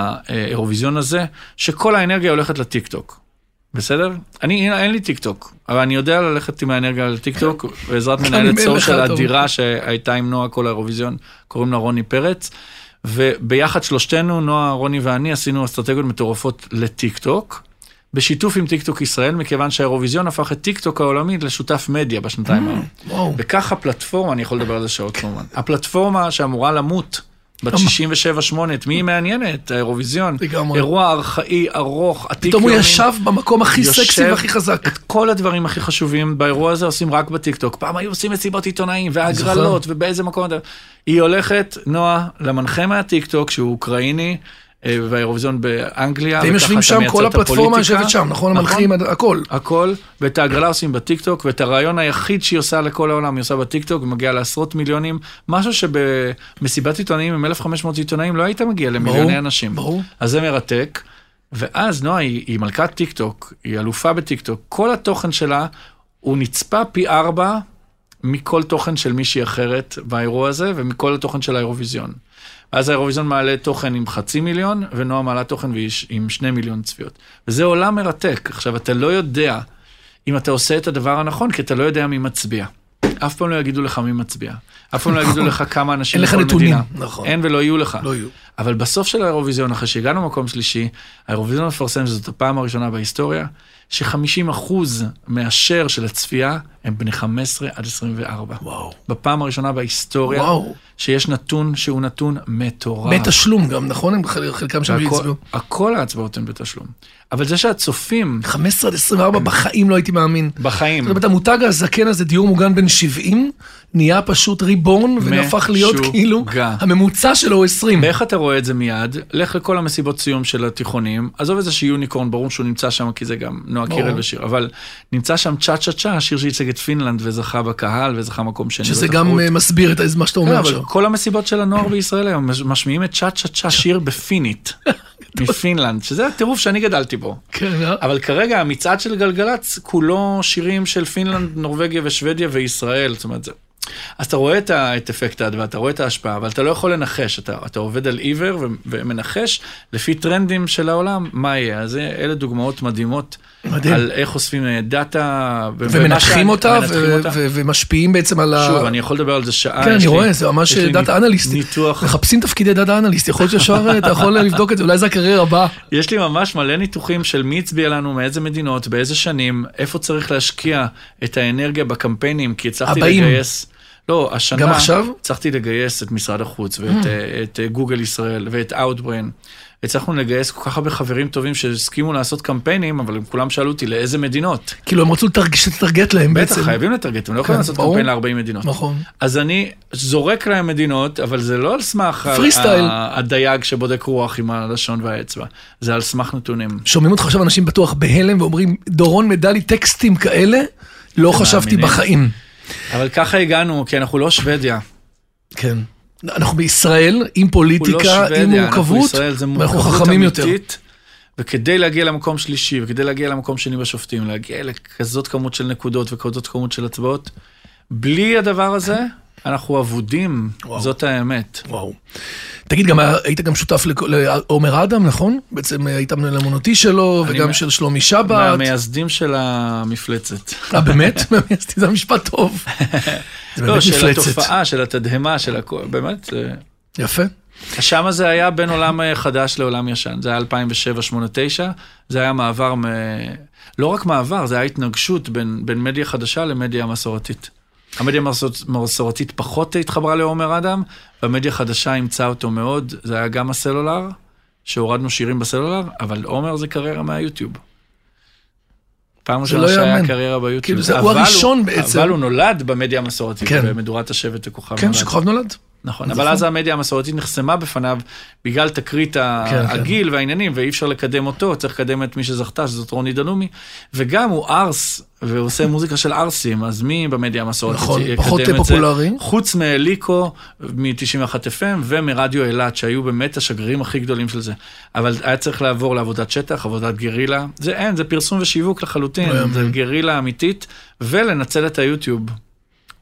S4: באירוויזיון הזה, שכל האנרגיה הולכת לטיק טוק. בסדר? אני, אין- אין לי טיק טוק, אבל אני יודע ללכת עם האנרגיה לטיק טוק, בעזרת
S3: גם אם
S4: מנהלת
S3: אין
S4: סור
S3: לך,
S4: של
S3: אתה אומר.
S4: הדירה שהייתה עם נועה כל האירוויזיון, קוראים לה רוני פרץ, וביחד שלושתנו, נועה, רוני ואני, עשינו אסטרטגיות מטורפות לטיק טוק, בשיתוף עם טיק טוק ישראל, מכיוון שהאירוויזיון הפך את טיק טוק העולמי לשותף מדיה
S3: אה.
S4: בשנתיים האלה.
S3: וואו.
S4: וכך הפלטפורמה, אני יכול לדבר על זה שעות כמובן, הפלטפורמה שאמורה למות, בת 67-8, את מי היא מעניינת? האירוויזיון.
S3: לגמרי.
S4: אירוע ארכאי, ארוך, עתיק
S3: פתאום הוא
S4: יומין.
S3: ישב במקום הכי
S4: יושב-
S3: סקסי והכי חזק.
S4: את כל הדברים הכי חשובים באירוע הזה עושים רק בטיקטוק. פעם היו עושים מסיבות עיתונאים והגרלות
S3: נכון.
S4: ובאיזה מקום. אתה- היא הולכת, נועה, למנחה מהטיקטוק שהוא אוקראיני. אה, והאירוויזיון באנגליה,
S3: אתם
S4: וככה
S3: יושבים
S4: אתה
S3: שם,
S4: מייצר
S3: כל
S4: את הפוליטיקה.
S3: הפלטפורמה יושבת שם, נכון? המנחים, הכל.
S4: הכל, ואת ההגרלה עושים בטיקטוק, ואת הרעיון היחיד שהיא עושה לכל העולם, היא עושה בטיקטוק, ומגיעה לעשרות מיליונים, משהו שבמסיבת עיתונאים עם 1,500 עיתונאים לא היית מגיע למיליוני
S3: ברור,
S4: אנשים.
S3: ברור.
S4: אז זה מרתק, ואז נועה היא, היא מלכת טיקטוק, היא אלופה בטיקטוק, כל התוכן שלה, הוא נצפה פי ארבע מכל תוכן של מישהי אחרת באירוע הזה, ומכל התוכן של האירוויזיון. אז האירוויזיון מעלה תוכן עם חצי מיליון, ונועה מעלה תוכן ויש- עם שני מיליון צפיות. וזה עולם מרתק. עכשיו, אתה לא יודע אם אתה עושה את הדבר הנכון, כי אתה לא יודע מי מצביע. אף פעם לא יגידו לך מי מצביע. אף פעם לא יגידו לך כמה אנשים
S3: נכון. אין לך
S4: בכל
S3: נתונים,
S4: מדינה.
S3: נכון.
S4: אין ולא יהיו לך.
S3: לא יהיו.
S4: אבל בסוף של האירוויזיון, אחרי שהגענו למקום שלישי, האירוויזיון מפרסם שזאת הפעם הראשונה בהיסטוריה, ש-50% מהשאר של הצפייה הם בני 15 עד 24.
S3: וואו.
S4: בפעם הראשונה בהיסטוריה,
S3: וואו.
S4: שיש נתון שהוא נתון מטורף.
S3: בתשלום גם, נכון? הם חל- חלקם שם
S4: והכל-
S3: הצביעו.
S4: הכל ההצבעות הן בתשלום. אבל זה שהצופים
S3: 15 עד 24 בחיים לא הייתי מאמין.
S4: כן. בחיים,
S3: זאת אומרת, המותג הזקן הזה, דיור מוגן בן 70, נהיה פשוט ריבון, ונהפך להיות
S4: משוגע.
S3: כאילו, הממוצע שלו הוא 20.
S4: ואיך אתה רואה את זה מיד? לך לכל המסיבות סיום של התיכונים, עזוב את זה שיוניקורן, ברור שהוא נמצא שם, כי זה גם נועה
S3: ברור.
S4: קירל ושיר, אבל נמצא שם צ'ה צ'ה צ'ה, השיר שייצג את פינלנד וזכה בקהל וזכה מקום שני.
S3: שזה
S4: בתחרות.
S3: גם אה, מסביר את ה- מה שאתה
S4: כן,
S3: אומר
S4: אבל
S3: עכשיו.
S4: כל המסיבות של הנוער בישראל היום מש- משמיעים את צ'ה צ'ה צ'ה שיר בפינית, מפינלנד, שזה הטירוף שאני גדלתי בו.
S3: כן, אה?
S4: אבל כרגע המצעד של גלגלצ כולו שירים של פינלנד, נורבגיה ושוודיה וישראל, זאת אומרת זה. אז אתה רואה את, ה, את אפקט העד ואתה רואה את ההשפעה, אבל אתה לא יכול לנחש, אתה, אתה עובד על עיוור ו- ומנחש לפי טרנדים של העולם, מה יהיה. אז זה- אלה דוגמאות מדהימות.
S3: מדהים.
S4: על איך אוספים אה, דאטה. ו- ומה שאני-
S3: ומנחים אותה, ו-
S4: מנתחים אותה.
S3: ו- ומשפיעים בעצם על ה...
S4: שוב, אני יכול לדבר על זה שעה.
S3: כן,
S4: יש
S3: אני
S4: לי-
S3: רואה, זה ממש
S4: יש לי
S3: דאטה אנליסט.
S4: ניתוח
S3: מחפשים תפקידי דאטה אנליסט, יכול להיות שאפשר, אה, אתה יכול לבדוק את זה, אולי זה הקריירה הבאה.
S4: יש לי ממש מלא ניתוחים של מי הצביע לנו, מאיזה מדינות, באיזה שנים, איפה צריך להשקיע את האנרגיה בקמפיינים, כי הצלחתי
S3: הבאים.
S4: לגייס... לא, השנה...
S3: גם עכשיו?
S4: הצלחתי לגייס את משרד החוץ ואת אה, את, אה, גוגל ישראל ואת Outbrain. הצלחנו לגייס כל כך הרבה חברים טובים שהסכימו לעשות קמפיינים, אבל הם כולם שאלו אותי לאיזה מדינות.
S3: כאילו, הם רצו לתרג- שתטרגט להם בעצם. כן,
S4: בטח, חייבים לטרגט, הם לא יכולים לעשות
S3: ברור.
S4: קמפיין ל-40 מדינות.
S3: נכון.
S4: אז אני זורק להם מדינות, אבל זה לא על סמך... ה-
S3: Freestyle.
S4: ה- הדייג שבודק רוח עם הלשון והאצבע, זה על סמך נתונים.
S3: שומעים אותך עכשיו אנשים בטוח בהלם ואומרים, דורון מידע לי טקסטים כאלה, לא חשבתי
S4: מאמינים.
S3: בחיים.
S4: אבל ככה הגענו, כי אנחנו לא שוודיה.
S3: כן. אנחנו בישראל, עם פוליטיקה,
S4: אנחנו לא
S3: עם
S4: שוודיה, אנחנו
S3: מורכבות,
S4: ישראל, זה
S3: ואנחנו
S4: מורכבות
S3: חכמים יותר.
S4: אמיתית. וכדי להגיע למקום שלישי, וכדי להגיע למקום שני בשופטים, להגיע לכזאת כמות של נקודות וכזאת כמות של הצבעות, בלי הדבר הזה, אנחנו אבודים,
S3: וואו.
S4: זאת האמת.
S3: וואו. תגיד, גם היה- היית גם שותף לכ- לעומר אדם, נכון? בעצם אה, היית מנהל המונותי שלו,
S4: אני
S3: וגם
S4: מה-
S3: של שלומי שבת.
S4: מהמייסדים של המפלצת.
S3: אה, באמת? מהמייסדים, זה משפט טוב. זה
S4: לא,
S3: באמת
S4: של
S3: מפלצת.
S4: התופעה, של התדהמה, של הכל, באמת. זה-
S3: יפה.
S4: שם זה היה בין עולם אה, חדש לעולם ישן, זה היה 2007-2009, זה היה מעבר, מ... לא רק מעבר, זה היה התנגשות בין, בין מדיה חדשה למדיה מסורתית. המדיה המסורתית פחות התחברה לעומר אדם, והמדיה החדשה אימצה אותו מאוד, זה היה גם הסלולר, שהורדנו שירים בסלולר, אבל עומר זה קריירה מהיוטיוב. פעם
S3: זה
S4: ראשונה
S3: לא
S4: שהיה
S3: יאמן.
S4: קריירה ביוטיוב.
S3: כאילו, זה- הוא
S4: אבל
S3: הראשון בעצם.
S4: אבל הוא נולד במדיה המסורתית,
S3: כן.
S4: במדורת השבט וכוכב
S3: כן,
S4: נולד.
S3: שכוכב נולד.
S4: נכון,
S3: נכון.
S4: אבל אז המדיה המסורתית נחסמה בפניו בגלל תקרית ה-
S3: כן, כן.
S4: הגיל והעניינים, ואי אפשר לקדם אותו, צריך לקדם את מי שזכתה, שזאת רוני דנומי, וגם הוא ארס, והוא עושה מוזיקה של ארסים, אז מי במדיה המסורתית
S3: נכון,
S4: יקדם
S3: פחות
S4: את זה?
S3: פופולרי.
S4: חוץ מאליקו מ-91 FM ומרדיו אילת, שהיו באמת השגרירים הכי גדולים של זה. אבל היה צריך לעבור לעבודת שטח, עבודת גרילה. זה אין, זה פרסום ושיווק
S3: לא
S4: לחלוטין, זה גרילה אמיתית, ולנצל את היוטיוב.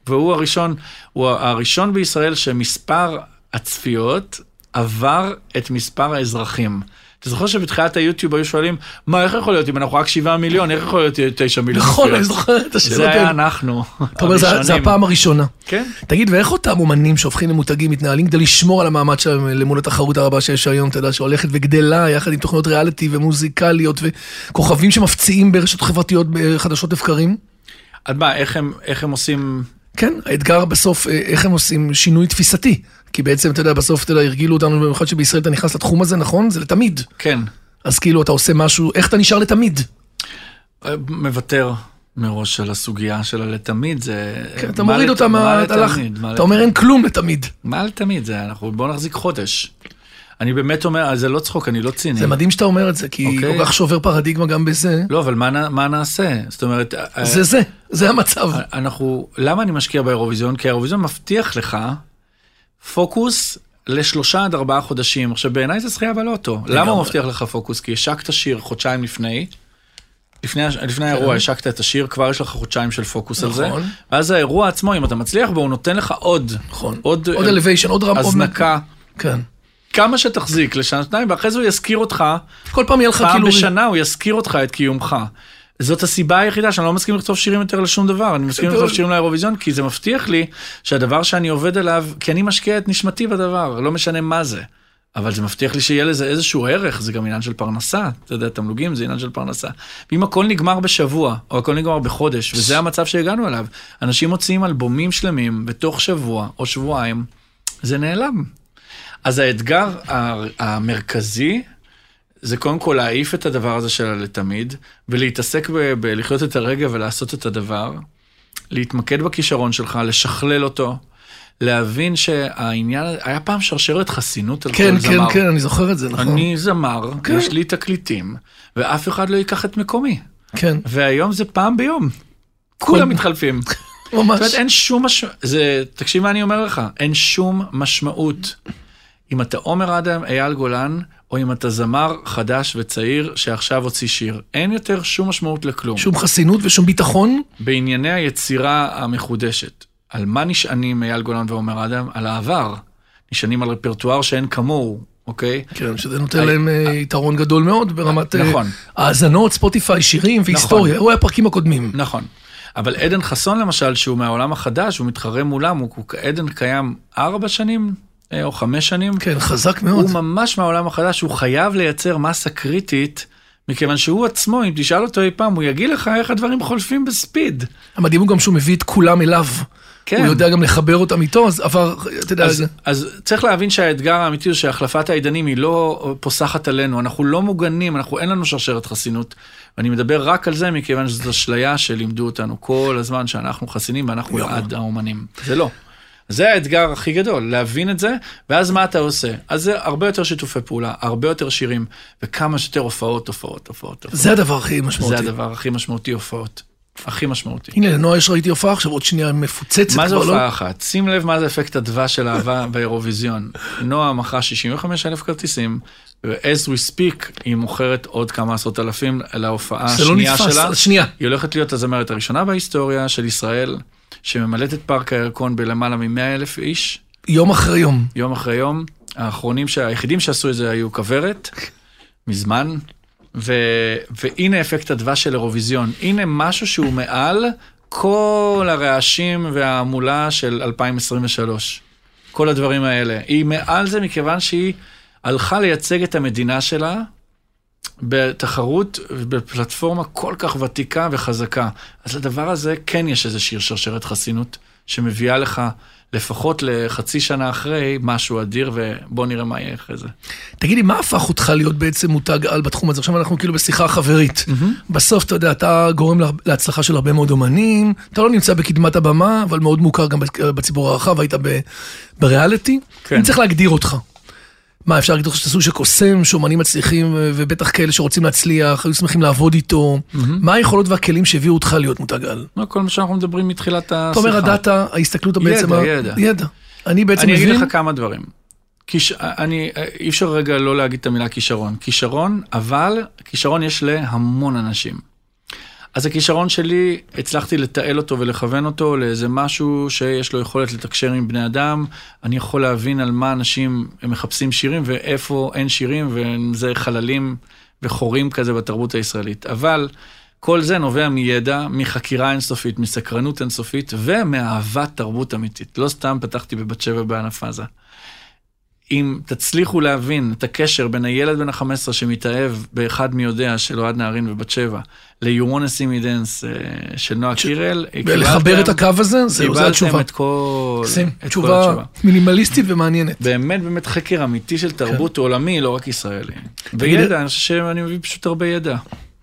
S4: והוא הראשון, הוא הראשון בישראל שמספר הצפיות עבר את מספר האזרחים. אתה זוכר שבתחילת היוטיוב היו שואלים, מה, איך יכול להיות אם אנחנו רק 7 מיליון, איך יכול להיות 9 מיליון?
S3: נכון,
S4: צפיות?"
S3: אני זוכר את השאלות
S4: זה היה
S3: האלה.
S4: אנחנו,
S3: אתה אומר, זה- זה
S4: הראשונים.
S3: הפעם הראשונה.
S4: כן.
S3: תגיד, ואיך אותם אומנים שהופכים למותגים מתנהלים כדי לשמור על המעמד שלהם אה, למול התחרות הרבה שיש היום, אתה יודע, שהולכת וגדלה יחד עם תוכניות ריאליטי ומוזיקליות וכוכבים שמפציעים ברשתות חברתיות בחדשות לבקרים?
S4: אז מה, איך הם, איך הם עושים...
S3: כן, האתגר בסוף, אה, איך הם עושים שינוי תפיסתי. כי בעצם, אתה יודע, בסוף, אתה יודע, הרגילו אותנו, במיוחד שבישראל אתה נכנס לתחום הזה, נכון? זה לתמיד.
S4: כן,
S3: אז כאילו, אתה עושה משהו, איך אתה נשאר לתמיד?
S4: אה, מוותר מראש על הסוגיה שלה לתמיד, זה...
S3: כן, אתה
S4: מה
S3: מוריד
S4: לת-
S3: אותם,
S4: מה
S3: אתה הלך-
S4: לתמיד, מה
S3: אתה אומר אין כלום לתמיד.
S4: מה לתמיד זה, אנחנו בואו נחזיק חודש. אני באמת אומר, זה לא צחוק, אני לא ציני.
S3: זה מדהים שאתה אומר את זה, כי
S4: אוקיי.
S3: כל כך שובר פרדיגמה גם בזה.
S4: לא, אבל מה, נע- מה נעשה? זאת אומרת, אה,
S3: זה זה, זה המצב.
S4: אה, אנחנו, למה אני משקיע באירוויזיון? כי האירוויזיון מבטיח לך פוקוס לשלושה עד ארבעה חודשים. עכשיו, בעיניי זה שחייה בלוטו. למה הוא מבטיח לך פוקוס? כי השקת שיר חודשיים לפני. לפני, הש- לפני האירוע השקת את השיר, כבר יש לך חודשיים של פוקוס על זה.
S3: כן. נכון.
S4: ואז האירוע עצמו, אם אתה מצליח בו, הוא נותן לך עוד.
S3: נכון.
S4: עוד, אה,
S3: עוד elevation, עוד רמ- עוד-
S4: הזנקה.
S3: כן.
S4: כמה שתחזיק לשנה, שנתיים, ואחרי זה הוא יזכיר אותך
S3: כל פעם יהיה לך
S4: פעם
S3: כאילו...
S4: בשנה הוא יזכיר אותך את קיומך. זאת הסיבה היחידה שאני לא מסכים לכתוב שירים יותר לשום דבר, אני מסכים
S3: גדול.
S4: לכתוב שירים לאירוויזיון, כי זה מבטיח לי שהדבר שאני עובד עליו, כי אני משקיע את נשמתי בדבר, לא משנה מה זה. אבל זה מבטיח לי שיהיה לזה איזשהו ערך, זה גם עניין של פרנסה, אתה יודע, תמלוגים זה עניין של פרנסה. ואם הכל נגמר בשבוע, או הכל נגמר בחודש, וזה המצב שהגענו אליו, אנשים מוציאים אלבומים שלמים בתוך שבוע או שבועיים, זה נעלם. אז האתגר ה- המרכזי זה קודם כל להעיף את הדבר הזה שלה לתמיד, ולהתעסק ב- בלחיות את הרגע ולעשות את הדבר, להתמקד בכישרון שלך, לשכלל אותו, להבין שהעניין, היה פעם שרשרת חסינות על
S3: כן,
S4: כל
S3: כן,
S4: זמר.
S3: כן, אני זוכר את זה, נכון.
S4: אני זמר,
S3: כן.
S4: יש לי תקליטים, ואף אחד לא ייקח את מקומי.
S3: כן,
S4: והיום זה פעם ביום. כולם מתחלפים.
S3: ממש.
S4: זאת אומרת, אין שום משמעות, זה, תקשיב מה אני אומר לך, אין שום משמעות. אם אתה עומר אדם, אייל גולן, או אם אתה זמר חדש וצעיר שעכשיו הוציא שיר, אין יותר שום משמעות לכלום.
S3: שום חסינות ושום ביטחון.
S4: בענייני היצירה המחודשת, על מה נשענים אייל גולן ועומר אדם? על העבר. נשענים על רפרטואר שאין כמוהו, אוקיי?
S3: כן, שזה נותן להם אה, יתרון גדול מאוד ברמת... אה,
S4: נכון.
S3: האזנות, ספוטיפיי, שירים והיסטוריה. אירועי הפרקים הקודמים.
S4: נכון. אבל עדן חסון למשל, שהוא מהעולם החדש, הוא מתחרה מולם, הוא הוא- עדן קיים ארבע שנים אה, או חמש שנים.
S3: כן, חזק מאוד.
S4: הוא ממש מהעולם החדש, הוא חייב לייצר מסה קריטית, מכיוון שהוא עצמו, אם תשאל אותו אי פעם, הוא יגיד לך איך הדברים חולפים בספיד.
S3: המדהים הוא גם שהוא מביא את כולם אליו.
S4: כן.
S3: הוא יודע גם לחבר אותם איתו, אז עבר, אתה יודע,
S4: אז,
S3: זה-
S4: אז צריך להבין שהאתגר האמיתי הוא שהחלפת העידנים היא לא פוסחת עלינו, אנחנו לא מוגנים, אנחנו אין לנו שרשרת חסינות. ואני מדבר רק על זה מכיוון שזו אשליה שלימדו אותנו כל הזמן שאנחנו חסינים ואנחנו עד האומנים. זה לא. זה האתגר הכי גדול, להבין את זה, ואז מה אתה עושה? אז זה הרבה יותר שיתופי פעולה, הרבה יותר שירים, וכמה שיותר הופעות, הופעות, הופעות. הופעות.
S3: זה הדבר הכי
S4: זה
S3: משמעותי.
S4: הדבר הכי משמעותי, הופעות. הכי משמעותי.
S3: הנה, לנועה יש ראיתי הופעה עכשיו, עוד שנייה מפוצצת.
S4: מה זה
S3: כבר, לא?
S4: הופעה אחת? שים לב מה זה אפקט הדבש של אהבה באירוויזיון. נועה מכרה 65 אלף כרטיסים, ו-as we speak היא מוכרת עוד כמה עשרות אלפים להופעה
S3: זה לא
S4: השנייה
S3: נתפס,
S4: שלה.
S3: אז שנייה.
S4: היא הולכת להיות הזמרת הראשונה בהיסטוריה של ישראל, שממלאת את פארק הירקון בלמעלה מ-100 אלף איש.
S3: יום אחרי יום.
S4: יום אחרי יום. האחרונים, שה- היחידים שעשו את זה היו כוורת, מזמן. ו, והנה אפקט הדבש של אירוויזיון. הנה משהו שהוא מעל כל הרעשים וההמולה של 2023. כל הדברים האלה. היא מעל זה מכיוון שהיא הלכה לייצג את המדינה שלה בתחרות, בפלטפורמה כל כך ותיקה וחזקה. אז לדבר הזה כן יש איזושהי שרשרת חסינות שמביאה לך לפחות לחצי שנה אחרי משהו אדיר, ובוא נראה מה יהיה אחרי זה.
S3: תגידי, מה הפך אותך להיות בעצם מותג על בתחום הזה? עכשיו אנחנו כאילו בשיחה חברית. בסוף, אתה יודע, אתה גורם לה- להצלחה של הרבה מאוד אומנים, אתה לא נמצא בקדמת הבמה, אבל מאוד מוכר גם בצ- בציבור הרחב, היית ב- בריאליטי.
S4: כן.
S3: אם צריך להגדיר אותך. מה, אפשר להגיד לך שאתה סוג של קוסם, שאומנים מצליחים, ו- ובטח כאלה שרוצים להצליח, היו שמחים לעבוד איתו. מה היכולות והכלים שהביאו אותך להיות מותג על?
S4: לא, כל מה שאנחנו מדברים מתחילת השיחה.
S3: אתה אומר הדאטה, ההסתכלות בעצם... ה-
S4: ידע.
S3: ידע. אני בעצם
S4: אני אגיד
S3: מבין...
S4: לך כמה דברים. כיש... אני, אי אפשר רגע לא להגיד את המילה כישרון. כישרון, אבל כישרון יש להמון אנשים. אז הכישרון שלי, הצלחתי לתעל אותו ולכוון אותו לאיזה משהו שיש לו יכולת לתקשר עם בני אדם. אני יכול להבין על מה אנשים מחפשים שירים ואיפה אין שירים, וזה חללים וחורים כזה בתרבות הישראלית. אבל כל זה נובע מידע, מחקירה אינסופית, מסקרנות אינסופית ומאהבת תרבות אמיתית. לא סתם פתחתי בבת שבע בענף עזה. אם תצליחו להבין את הקשר בין הילד בן ה-15 שמתאהב באחד מי יודע של אוהד נהרין ובת שבע, ל-You want to see me dance אה, של נועה קירל,
S3: ולחבר את
S4: קיבלתם-
S3: הקו הזה, זהו, זו
S4: קיבלתם
S3: התשובה.
S4: את כל,
S3: מקסים.
S4: את כל
S3: תשובה מינימליסטית ומעניינת.
S4: באמת באמת חקר אמיתי של תרבות עולמי, לא רק ישראלי.
S3: כן. תגיד-
S4: וידע, אני חושב שאני מביא פשוט הרבה ידע.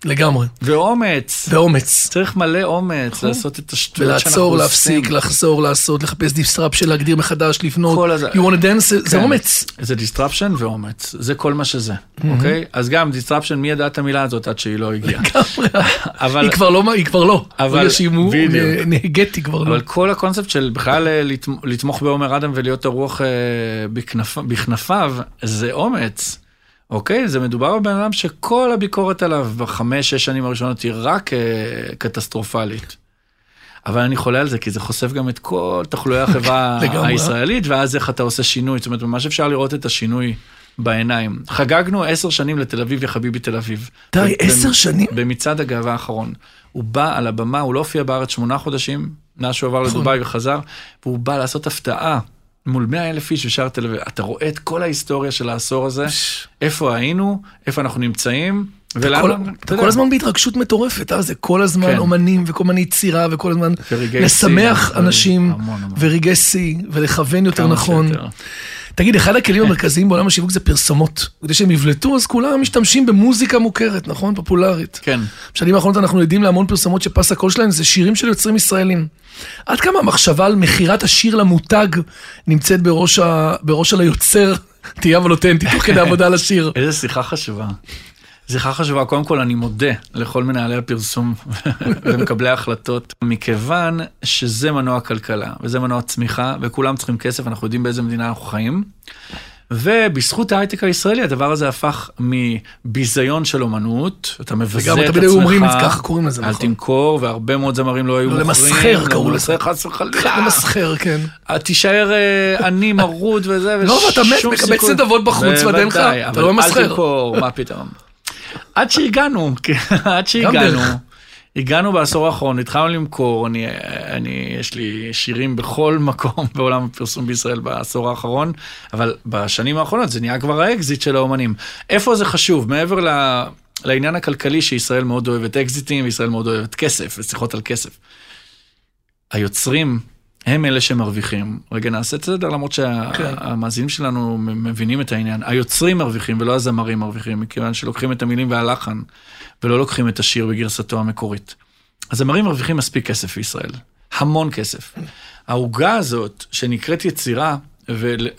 S3: לגמרי.
S4: ואומץ.
S3: ואומץ. נכון.
S4: צריך מלא אומץ לעשות את השטויות שאנחנו
S3: ולעצור,
S4: עושים.
S3: להפסיק, לחזור, לעשות, לחפש דיסטרפשן, להגדיר מחדש, לבנות.
S4: כל הזה-
S3: You want to dance, זה- זה
S4: כן.
S3: אומץ.
S4: זה disruption ואומץ, זה כל מה שזה, אוקיי? אז גם disruption, מי ידע את המילה הזאת עד שהיא לא הגיעה. אבל-
S3: היא כבר לא, מה- היא כבר לא.
S4: אבל-
S3: ברגע שהיא מו-
S4: בדיוק.
S3: נה- נהגית, היא כבר לא.
S4: אבל כל הקונספט של בכלל אה, לתמ- לתמוך בעומר אדם ולהיות הרוח אה, בכנפ- בכנפיו, זה אומץ. אוקיי? זה מדובר בבן אדם שכל הביקורת עליו בחמש, שש שנים הראשונות היא רק אה, קטסטרופלית. אבל אני חולה על זה, כי זה חושף גם את כל תחלואי החברה
S3: לגמרי.
S4: הישראלית, ואז איך אתה עושה שינוי. זאת אומרת, ממש אפשר לראות את השינוי בעיניים. חגגנו עשר שנים לתל אביב, יא חביבי תל אביב.
S3: די,
S4: ב-
S3: עשר
S4: ב-
S3: שנים?
S4: במצעד הגאווה האחרון. הוא בא על הבמה, הוא לא הופיע בארץ שמונה חודשים, מאז שהוא
S3: נכון.
S4: עבר לדובאי וחזר, והוא בא לעשות הפתעה מול 100 אלף איש בשער תל אביב. אתה רואה את כל ההיסטוריה של העשור הזה, איפה היינו, איפה אנחנו נמצאים, ולמה...
S3: כל-
S4: אתה
S3: אתה
S4: יודע,
S3: כל הזמן בהתרגשות מטורפת, אה? זה כל הזמן
S4: כן.
S3: אומנים וכל הזמן יצירה וכל הזמן
S4: ורגעי שיא,
S3: לשמח
S4: דברים,
S3: אנשים
S4: המון, המון.
S3: ורגעי שיא ולכוון יותר
S4: כמה
S3: נכון.
S4: שיותר.
S3: תגיד, אחד הכלים המרכזיים בעולם השיווק זה פרסומות. כדי שהם יבלטו, אז כולם משתמשים במוזיקה מוכרת, נכון? פופולרית.
S4: כן.
S3: בשנים האחרונות אנחנו עדים להמון פרסומות שפס הקול שלהם זה שירים של יוצרים ישראלים. עד כמה המחשבה על מכירת השיר למותג נמצאת בראש, ה... בראש של היוצר, תהיה אבל אותנטי, תוך כדי עבודה על השיר.
S4: איזה שיחה חשובה. שיחה חשובה, קודם כל אני מודה לכל מנהלי הפרסום ומקבלי ההחלטות, מכיוון שזה מנוע כלכלה וזה מנוע צמיחה וכולם צריכים כסף, אנחנו יודעים באיזה מדינה אנחנו חיים. ובזכות ההייטק הישראלי הדבר הזה הפך מביזיון של אומנות, אתה מבזה את
S3: וגם
S4: עצמך,
S3: תמיד היו אומרים, ככה קוראים לזה,
S4: אל
S3: נכון.
S4: תמכור, והרבה מאוד זמרים לא היו
S3: לא,
S4: מוכרים,
S3: למסחר קראו לזה.
S4: למסחר, חס וחלילה,
S3: למסחר, כן.
S4: תישאר אה, עני מרוד וזה,
S3: לא,
S4: ושום
S3: ואתה מת, מקבץ
S4: סיכוי.
S3: נדבות בחוץ, ועוד אין לך,
S4: בוודאי,
S3: אתה
S4: אבל
S3: לא
S4: אל
S3: ממסחר.
S4: תמכור, מה פתאום. עד שהגענו, כן, עד שהגענו,
S3: דרך.
S4: הגענו בעשור האחרון, התחלנו למכור, אני, אני, יש לי שירים בכל מקום בעולם הפרסום בישראל בעשור האחרון, אבל בשנים האחרונות זה נהיה כבר האקזיט של האומנים. איפה זה חשוב? מעבר ל... לעניין הכלכלי שישראל מאוד אוהבת אקזיטים, וישראל מאוד אוהבת כסף, ושיחות על כסף. היוצרים הם אלה שמרוויחים. רגע, נעשה את סדר, למרות
S3: כן.
S4: שהמאזינים שלנו מ- מבינים את העניין. היוצרים מרוויחים ולא הזמרים מרוויחים, מכיוון שלוקחים את המילים והלחן, ולא לוקחים את השיר בגרסתו המקורית. הזמרים מרוויחים מספיק כסף בישראל, המון כסף. העוגה הזאת, שנקראת יצירה,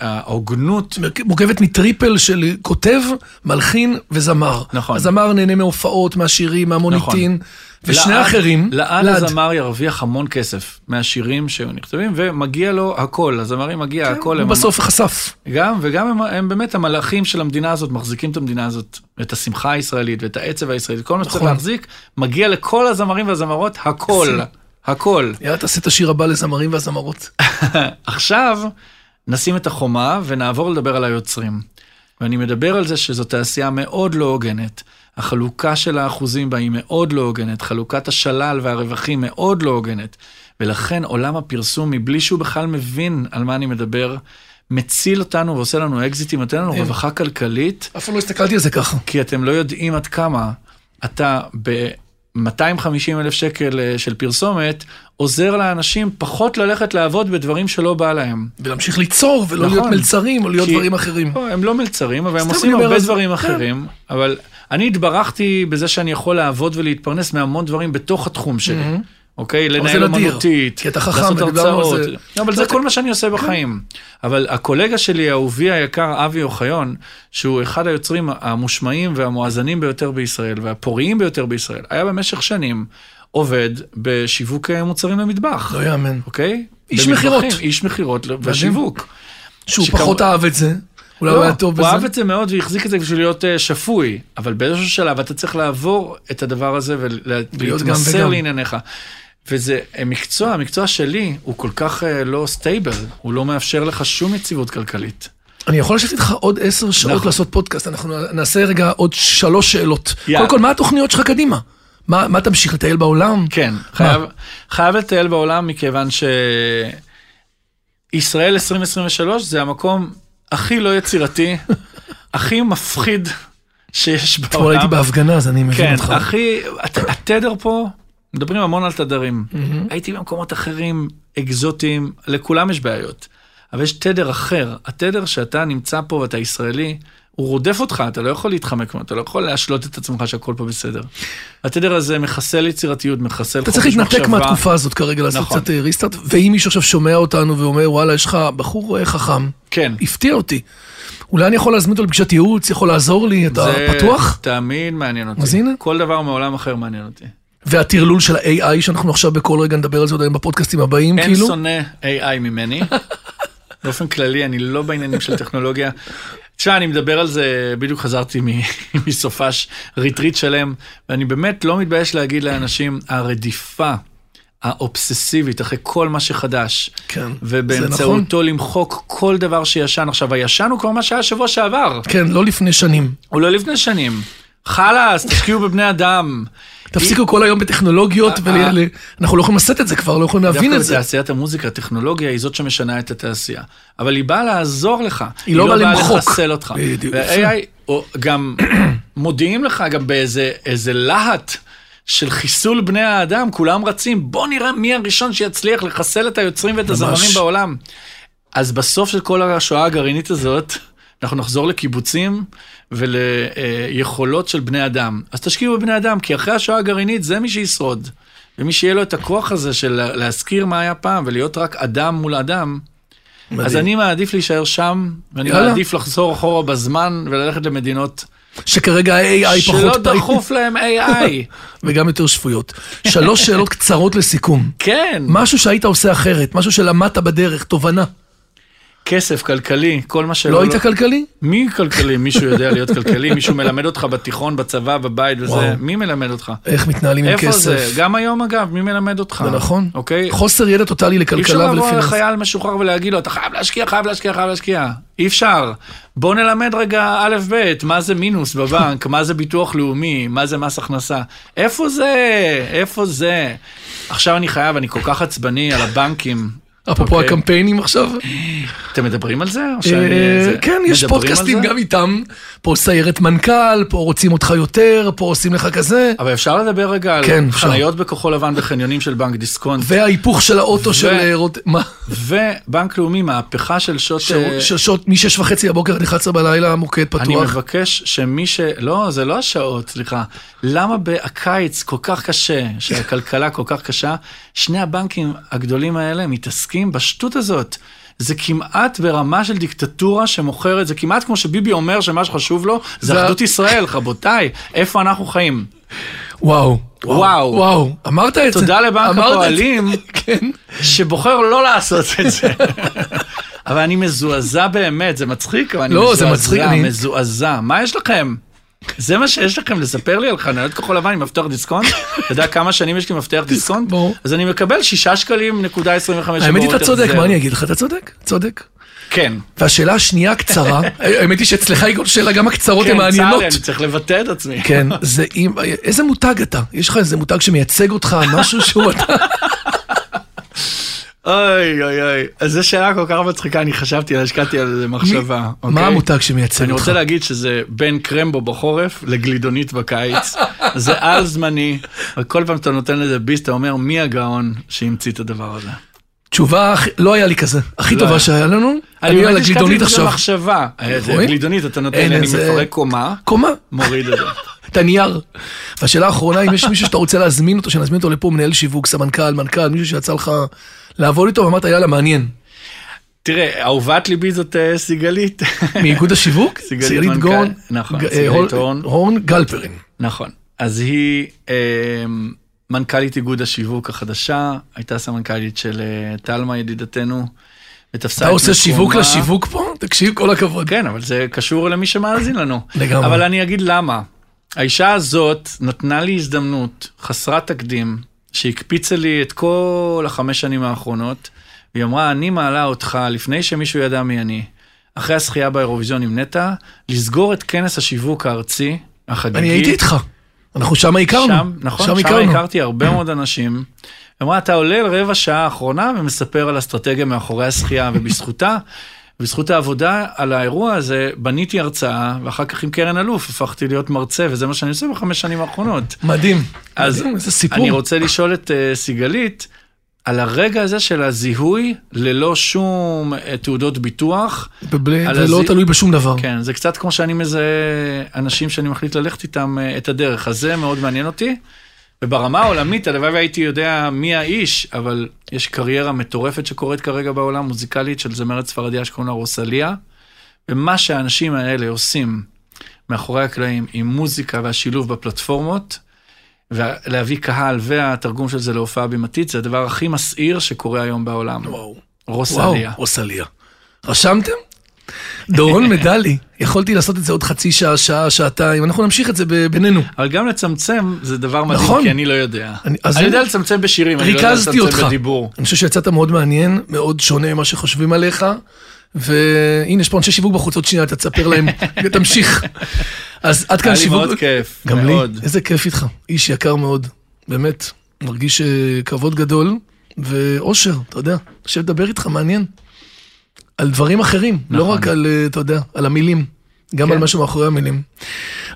S4: וההוגנות
S3: מורכבת מטריפל של כותב, מלחין וזמר.
S4: נכון.
S3: הזמר נהנה מהופעות, מהשירים, מהמוניטין, ושני
S4: לעד-
S3: האחרים,
S4: לעד הזמר ירוויח המון כסף מהשירים שנכתבים, ומגיע לו הכל, הזמרים מגיע הכל.
S3: הוא
S4: הם
S3: כן, בסוף חשף.
S4: גם, וגם הם, הם באמת המלאכים של המדינה הזאת, מחזיקים את המדינה הזאת, את השמחה הישראלית ואת העצב הישראלי, כל מה שצריך
S3: נכון.
S4: להחזיק, מגיע לכל הזמרים והזמרות הכל, הכל.
S3: יאללה, תעשה את השיר הבא לזמרים והזמרות.
S4: עכשיו, נשים את החומה ונעבור לדבר על היוצרים. ואני מדבר על זה שזו תעשייה מאוד לא הוגנת. החלוקה של האחוזים בה היא מאוד לא הוגנת, חלוקת השלל והרווחים מאוד לא הוגנת. ולכן עולם הפרסום, מבלי שהוא בכלל מבין על מה אני מדבר, מציל אותנו ועושה לנו אקזיטים, נותן לנו רווחה כלכלית,
S3: אף פעם לא הסתכלתי על זה ככה.
S4: כי אתם לא יודעים עד כמה אתה ב... 250 אלף שקל אה, של פרסומת, עוזר לאנשים פחות ללכת לעבוד בדברים שלא בא להם.
S3: ולהמשיך ליצור, ולא
S4: נכון.
S3: להיות מלצרים, או להיות
S4: כי-
S3: דברים אחרים.
S4: לא, הם לא מלצרים, אבל הם
S3: סתם
S4: עושים
S3: אני אומר,
S4: הרבה
S3: אז-
S4: דברים
S3: כן.
S4: אחרים, אבל אני התברכתי בזה שאני יכול לעבוד ולהתפרנס מהמון דברים בתוך התחום שלי. אוקיי? לנהל
S3: זה נדיר,
S4: אמנותית,
S3: כי אתה חכם,
S4: לעשות
S3: ודיברנו על
S4: הרצאות.
S3: זה.
S4: לא, אבל זה כל מה שאני
S3: כן.
S4: עושה בחיים. אבל הקולגה שלי, אהובי היקר, אבי אוחיון, שהוא אחד היוצרים המושמעים והמואזנים ביותר בישראל, והפוריים ביותר בישראל, היה במשך שנים עובד בשיווק אה, מוצרים למטבח,
S3: לא יאמן.
S4: אוקיי?
S3: איש
S4: במטבחים,
S3: מכירות.
S4: איש מכירות ושיווק.
S3: שהוא
S4: שכמו-
S3: פחות אהב את זה, אולי לא, הוא היה טוב בזה.
S4: לא. הוא אהב את זה מאוד והחזיק את זה בשביל להיות אה, שפוי, אבל באיזשהו שלב אתה צריך לעבור את הדבר הזה
S3: להיות גם
S4: ולהתמסר
S3: וגם.
S4: לענייניך. וזה אה, מקצוע, המקצוע שלי הוא כל כך אה, לא סטייבל, הוא לא מאפשר לך שום יציבות כלכלית.
S3: אני יכול לשבת איתך עוד עשר שעות
S4: נכון.
S3: לעשות פודקאסט, אנחנו נעשה רגע עוד שלוש שאלות.
S4: יאללה.
S3: קודם כל, מה התוכניות שלך קדימה? מה מה תמשיך לטייל בעולם?
S4: כן, חייב, חייב לטייל בעולם מכיוון ש... ישראל 2023 זה המקום הכי לא יצירתי, הכי מפחיד שיש בעולם.
S3: אתמול הייתי בהפגנה, אז אני מבין
S4: כן,
S3: אותך.
S4: הכי, הת- התדר פה, מדברים המון על תדרים. הייתי במקומות אחרים, אקזוטיים, לכולם יש בעיות. אבל יש תדר אחר, התדר שאתה נמצא פה ואתה ישראלי, הוא רודף אותך, אתה לא יכול להתחמק ממנו, אתה לא יכול להשלות את עצמך שהכל פה בסדר. התדר הזה מחסל יצירתיות, מחסל
S3: אתה
S4: חופש
S3: צריך
S4: מחשבה.
S3: להתנתק מהתקופה הזאת כרגע, לעשות
S4: נכון.
S3: קצת אה, ריסטארט, ואם מישהו עכשיו שומע אותנו ואומר, וואלה, יש לך בחור אה, חכם,
S4: כן.
S3: הפתיע אותי. אולי אני יכול להזמין אותו לפגישת ייעוץ, יכול לעזור לי, אתה
S4: זה
S3: פתוח?
S4: תמיד מעניין אותי.
S3: אז הנה.
S4: כל דבר מעולם אחר מעניין אותי.
S3: והטרלול של ה-AI, שאנחנו עכשיו בכל רגע נדבר על זה עוד היום בפודקאסטים הבאים,
S4: אין
S3: כאילו.
S4: שונא AI ממני. באופן כללי, אני לא בעניינים של טכנולוגיה. תשמע, אני מדבר על זה, בדיוק חזרתי מ- מסופש ריטריט שלם, ואני באמת לא מתבייש להגיד לאנשים, הרדיפה האובססיבית אחרי כל מה שחדש,
S3: כן, זה נכון.
S4: ובאמצעותו למחוק כל דבר שישן. עכשיו, הישן הוא כבר מה שהיה שבוע שעבר,
S3: כן, לא לפני שנים.
S4: הוא לא לפני שנים. חלאס, תשקיעו בבני אדם.
S3: תפסיקו כל היום בטכנולוגיות,
S4: אה.
S3: ואנחנו לא יכולים לשאת את זה כבר, לא יכולים להבין את
S4: דווקא
S3: זה.
S4: בתעשיית המוזיקה, הטכנולוגיה היא זאת שמשנה את התעשייה. אבל היא באה לעזור לך.
S3: לא באה למחוק.
S4: לחסל אותך.
S3: בדיוק,
S4: וה-AI או גם מודיעים לך גם באיזה איזה להט. של חיסול בני האדם, כולם רצים, בוא נראה מי הראשון שיצליח לחסל את היוצרים ואת הזמרים בעולם. אז בסוף של כל השואה הגרעינית הזאת, אנחנו נחזור לקיבוצים וליכולות של בני אדם. אז תשקיעו בבני אדם, כי אחרי השואה הגרעינית זה מי שישרוד. ומי שיהיה לו את הכוח הזה של לה- להזכיר מה היה פעם ולהיות רק אדם מול אדם, מדהים. אז אני מעדיף להישאר שם, ואני
S3: יאללה.
S4: יאללה. מעדיף לחזור אחורה בזמן וללכת למדינות
S3: שכרגע ה-AI
S4: שלא
S3: פחות פעיל,
S4: דחוף להם AI.
S3: וגם יותר שפויות. שלוש שאלות קצרות לסיכום.
S4: כן,
S3: משהו שהיית עושה אחרת, משהו שלמדת בדרך, תובנה.
S4: לא, כסף, כלכלי, כל מה שלא...
S3: לא היית כלכלי?
S4: מי כלכלי? מישהו יודע להיות כלכלי? מישהו מלמד אותך בתיכון, בצבא, בבית וזה?
S3: וואו.
S4: מי מלמד אותך?
S3: איך מתנהלים עם
S4: איפה זה?
S3: כסף?
S4: גם היום אגב, מי מלמד אותך?
S3: זה נכון.
S4: אוקיי?
S3: חוסר ידע טוטאלי
S4: אי אפשר
S3: לכלכלה
S4: לבוא
S3: ולפיננס.
S4: לחייל משוחרר ולהגיד לו, אתה חייב להשקיע, חייב להשקיע, חייב להשקיע. אי אפשר. בוא נלמד רגע א' ב', מה זה מינוס בבנק, מה זה ביטוח לאומי, מה זה מס הכנסה. איפה זה? איפה זה? עכשיו אני חייב, אני כל כך עצבני על הבנקים.
S3: אפרופו
S4: אוקיי.
S3: הקמפיינים עכשיו.
S4: אתם מדברים על זה? או שאני-
S3: אה,
S4: זה-
S3: כן, יש
S4: מדברים על
S3: פודקאסטים
S4: זה?
S3: גם איתם. פה סיירת מנכ"ל, פה רוצים אותך יותר, פה עושים לך כזה.
S4: אבל אפשר לדבר רגע על
S3: כן, אפשר.
S4: חניות בכחול לבן בחניונים של בנק דיסקונט,
S3: וההיפוך של האוטו של... אה, רוט- מה?
S4: ובנק לאומי, מהפכה של שעות... אה,
S3: של שעות מ-6 וחצי בבוקר עד 11 בלילה המוקד
S4: אני
S3: פתוח.
S4: מבקש שמי ש... לא, זה לא השעות, סליחה. למה בקיץ כל כך קשה, שהכלכלה כל כך קשה, שני הבנקים הגדולים האלה מתעסקים בשטות הזאת. זה כמעט ברמה של דיקטטורה שמוכרת, זה כמעט כמו שביבי אומר שמה שחשוב לו
S3: זה-
S4: זה אחדות ישראל, רבותיי, איפה אנחנו חיים?
S3: וואו.
S4: וואו.
S3: וואו. אמרת את זה.
S4: תודה לבנק
S3: אמרת את זה.
S4: הפועלים.
S3: כן.
S4: שבוחר לא לעשות את זה. אבל אני מזועזע באמת, זה מצחיק, אבל אני
S3: לא, זה
S4: מזועזע,
S3: מצחיק, אני-
S4: מזועזע. מה יש לכם? זה מה שיש לכם לספר לי על חניות כחול לבן עם מפתח דיסקונט? אתה יודע כמה שנים יש לי מפתח דיסקונט?
S3: ברור.
S4: אז אני מקבל 6 שקלים נקודה 25
S3: האמת היא,
S4: אגורות
S3: אתה צודק,
S4: החזר.
S3: מה אני אגיד לך? אתה צודק, צודק.
S4: כן.
S3: והשאלה השנייה הקצרה, האמת היא שאצלך היא כל שאלה, גם הקצרות הן
S4: כן, צר
S3: אוקיי, מעניינות.
S4: לי, אני צריך לבטא את עצמי.
S3: כן, זה אם, איזה מותג אתה? יש לך איזה מותג שמייצג אותך, משהו שהוא אתה...
S4: אוי אוי אוי, אז זו שאלה כל כך מצחיקה, אני חשבתי, השקעתי על זה מחשבה.
S3: מה
S4: אוקיי?
S3: המותג שמייצג
S4: אני
S3: אותך?
S4: רוצה להגיד שזה בין קרמבו בחורף לגלידונית בקיץ. זה על זמני, וכל פעם שאתה נותן לזה ביס, אתה אומר, מי הגאון שהמציא את הדבר הזה?
S3: תשובה, הכי- לא היה לי כזה. הכי
S4: לא
S3: טובה
S4: היה.
S3: שהיה לנו,
S4: באמת
S3: אני על
S4: השקעתי
S3: הגלידונית
S4: בזה
S3: עכשיו.
S4: מחשבה. אה, זה
S3: רואים?
S4: גלידונית, אתה נותן
S3: אין,
S4: לי, אני
S3: זה-
S4: מפרק קומה,
S3: קומה,
S4: מוריד את זה.
S3: את הנייר. והשאלה האחרונה, אם יש מישהו שאתה רוצה להזמין אותו, שנזמין אותו לפה, מנהל שיווק, סמנכ"ל, מנכ"ל, מישהו שיצא לך לעבוד איתו, ואמרת, יאללה, מעניין.
S4: תראה, אהובת ליבי זאת אה, סיגלית.
S3: מאיגוד השיווק?
S4: סיגלית
S3: סיגלית
S4: מנכ"ל,
S3: גורן.
S4: נכון,
S3: ג- אה,
S4: סיגלית
S3: הול-
S4: הורן.
S3: הורן גלפרין.
S4: נכון. אז היא אה, מנכ"לית איגוד השיווק החדשה, הייתה סמנכ"לית של אה, תלמה ידידתנו, ותפסה את
S3: אתה עושה שיווק
S4: מקומה.
S3: לשיווק פה? תקשיב, כל הכבוד.
S4: כן, אבל זה קשור למי שמאזין לנו.
S3: לגמרי.
S4: אבל אני אגיד למה. האישה הזאת נתנה לי הזדמנות חסרת תקדים, שהקפיצה לי את כל החמש שנים האחרונות, והיא אמרה, אני מעלה אותך לפני שמישהו ידע מי אני, אחרי הזכייה באירוויזיון עם נטע, לסגור את כנס השיווק הארצי, החגיגי.
S3: אני הייתי איתך. אנחנו שם הכרנו.
S4: שם, נכון, שם,
S3: הכרנו.
S4: הכרתי הרבה מאוד אנשים. אמרה, אתה עולה לרבע שעה האחרונה ומספר על אסטרטגיה מאחורי הזכייה, ובזכותה, בזכות העבודה על האירוע הזה, בניתי הרצאה, ואחר כך עם קרן אלוף הפכתי להיות מרצה, וזה מה שאני עושה בחמש שנים האחרונות.
S3: מדהים.
S4: אז
S3: מדהים, איזה סיפור.
S4: אני רוצה לשאול את אה, סיגלית, על הרגע הזה של הזיהוי ללא שום אה, תעודות ביטוח,
S3: ובלי-
S4: על
S3: ולא
S4: הזי-
S3: תלוי בשום דבר.
S4: כן, זה קצת כמו שאני מזהה אנשים שאני מחליט ללכת איתם אה, את הדרך, אז זה מאוד מעניין אותי. וברמה העולמית, הלוואי והייתי יודע מי האיש, אבל יש קריירה מטורפת שקורית כרגע בעולם, מוזיקלית של זמרת ספרדיה שקוראים לה רוסליה, ומה שהאנשים האלה עושים מאחורי הקלעים עם מוזיקה והשילוב בפלטפורמות, ולהביא קהל והתרגום של זה להופעה בימתית, זה הדבר הכי מסעיר שקורה היום בעולם.
S3: וואו. וואו,
S4: רוסליה.
S3: רוסליה. רשמתם? דורון מדלי, יכולתי לעשות את זה עוד חצי שעה, שעה, שעתיים, אנחנו נמשיך את זה ב- בינינו.
S4: אבל גם לצמצם זה דבר מדהים,
S3: נכון.
S4: כי אני לא יודע.
S3: אני-
S4: אני,
S3: אז
S4: אני
S3: הנה,
S4: יודע לצמצם בשירים, אני לא יודע
S3: ריכזתי
S4: לצמצם
S3: אותך.
S4: בדיבור.
S3: אני חושב שיצאת מאוד מעניין, מאוד שונה ממה שחושבים עליך, והנה, יש פה אנשי שיווק בחוץ, עוד שנייה, אתה תספר להם, ותמשיך. אז עד כאן
S4: היה לי
S3: כן, שיווק.
S4: מאוד כיף,
S3: גם לי,
S4: מאוד.
S3: איזה כיף איתך, איש יקר מאוד, באמת, מרגיש אה, כבוד גדול ואושר, אתה יודע, לשבת לדבר איתך מעניין, על דברים אחרים, לא
S4: נכון.
S3: רק על, אה, אתה יודע, על המילים, גם
S4: כן.
S3: על משהו מאחורי המילים.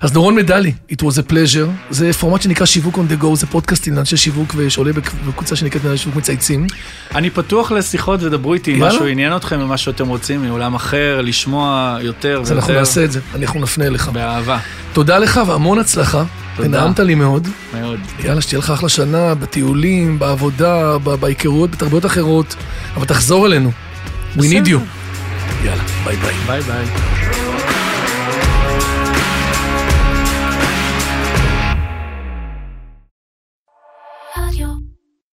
S3: אז דורון מדלי, It was a pleasure, זה פורמט שנקרא שיווק on the go, זה פודקאסטים לאנשי שיווק שעולה בק- בקבוצה שנקראת מנהל שיווק מצייצים.
S4: אני פתוח לשיחות ודברו איתי אם
S3: יאללה.
S4: משהו עניין אתכם ומה שאתם רוצים, מעולם אחר, לשמוע יותר
S3: אז אנחנו
S4: ויותר,
S3: נעשה את זה, אנחנו נפנה אליך.
S4: באהבה,
S3: תודה לך והמון הצלחה,
S4: תודה.
S3: ונעמת לי מאוד.
S4: מאוד.
S3: יאללה, שתהיה לך אחלה שנה, בטיולים, בעבודה, ב- בהיכרויות, בתרבויות אחרות, אבל תחזור אלינו. We need you. יאללה, ביי ביי.
S4: ביי ביי.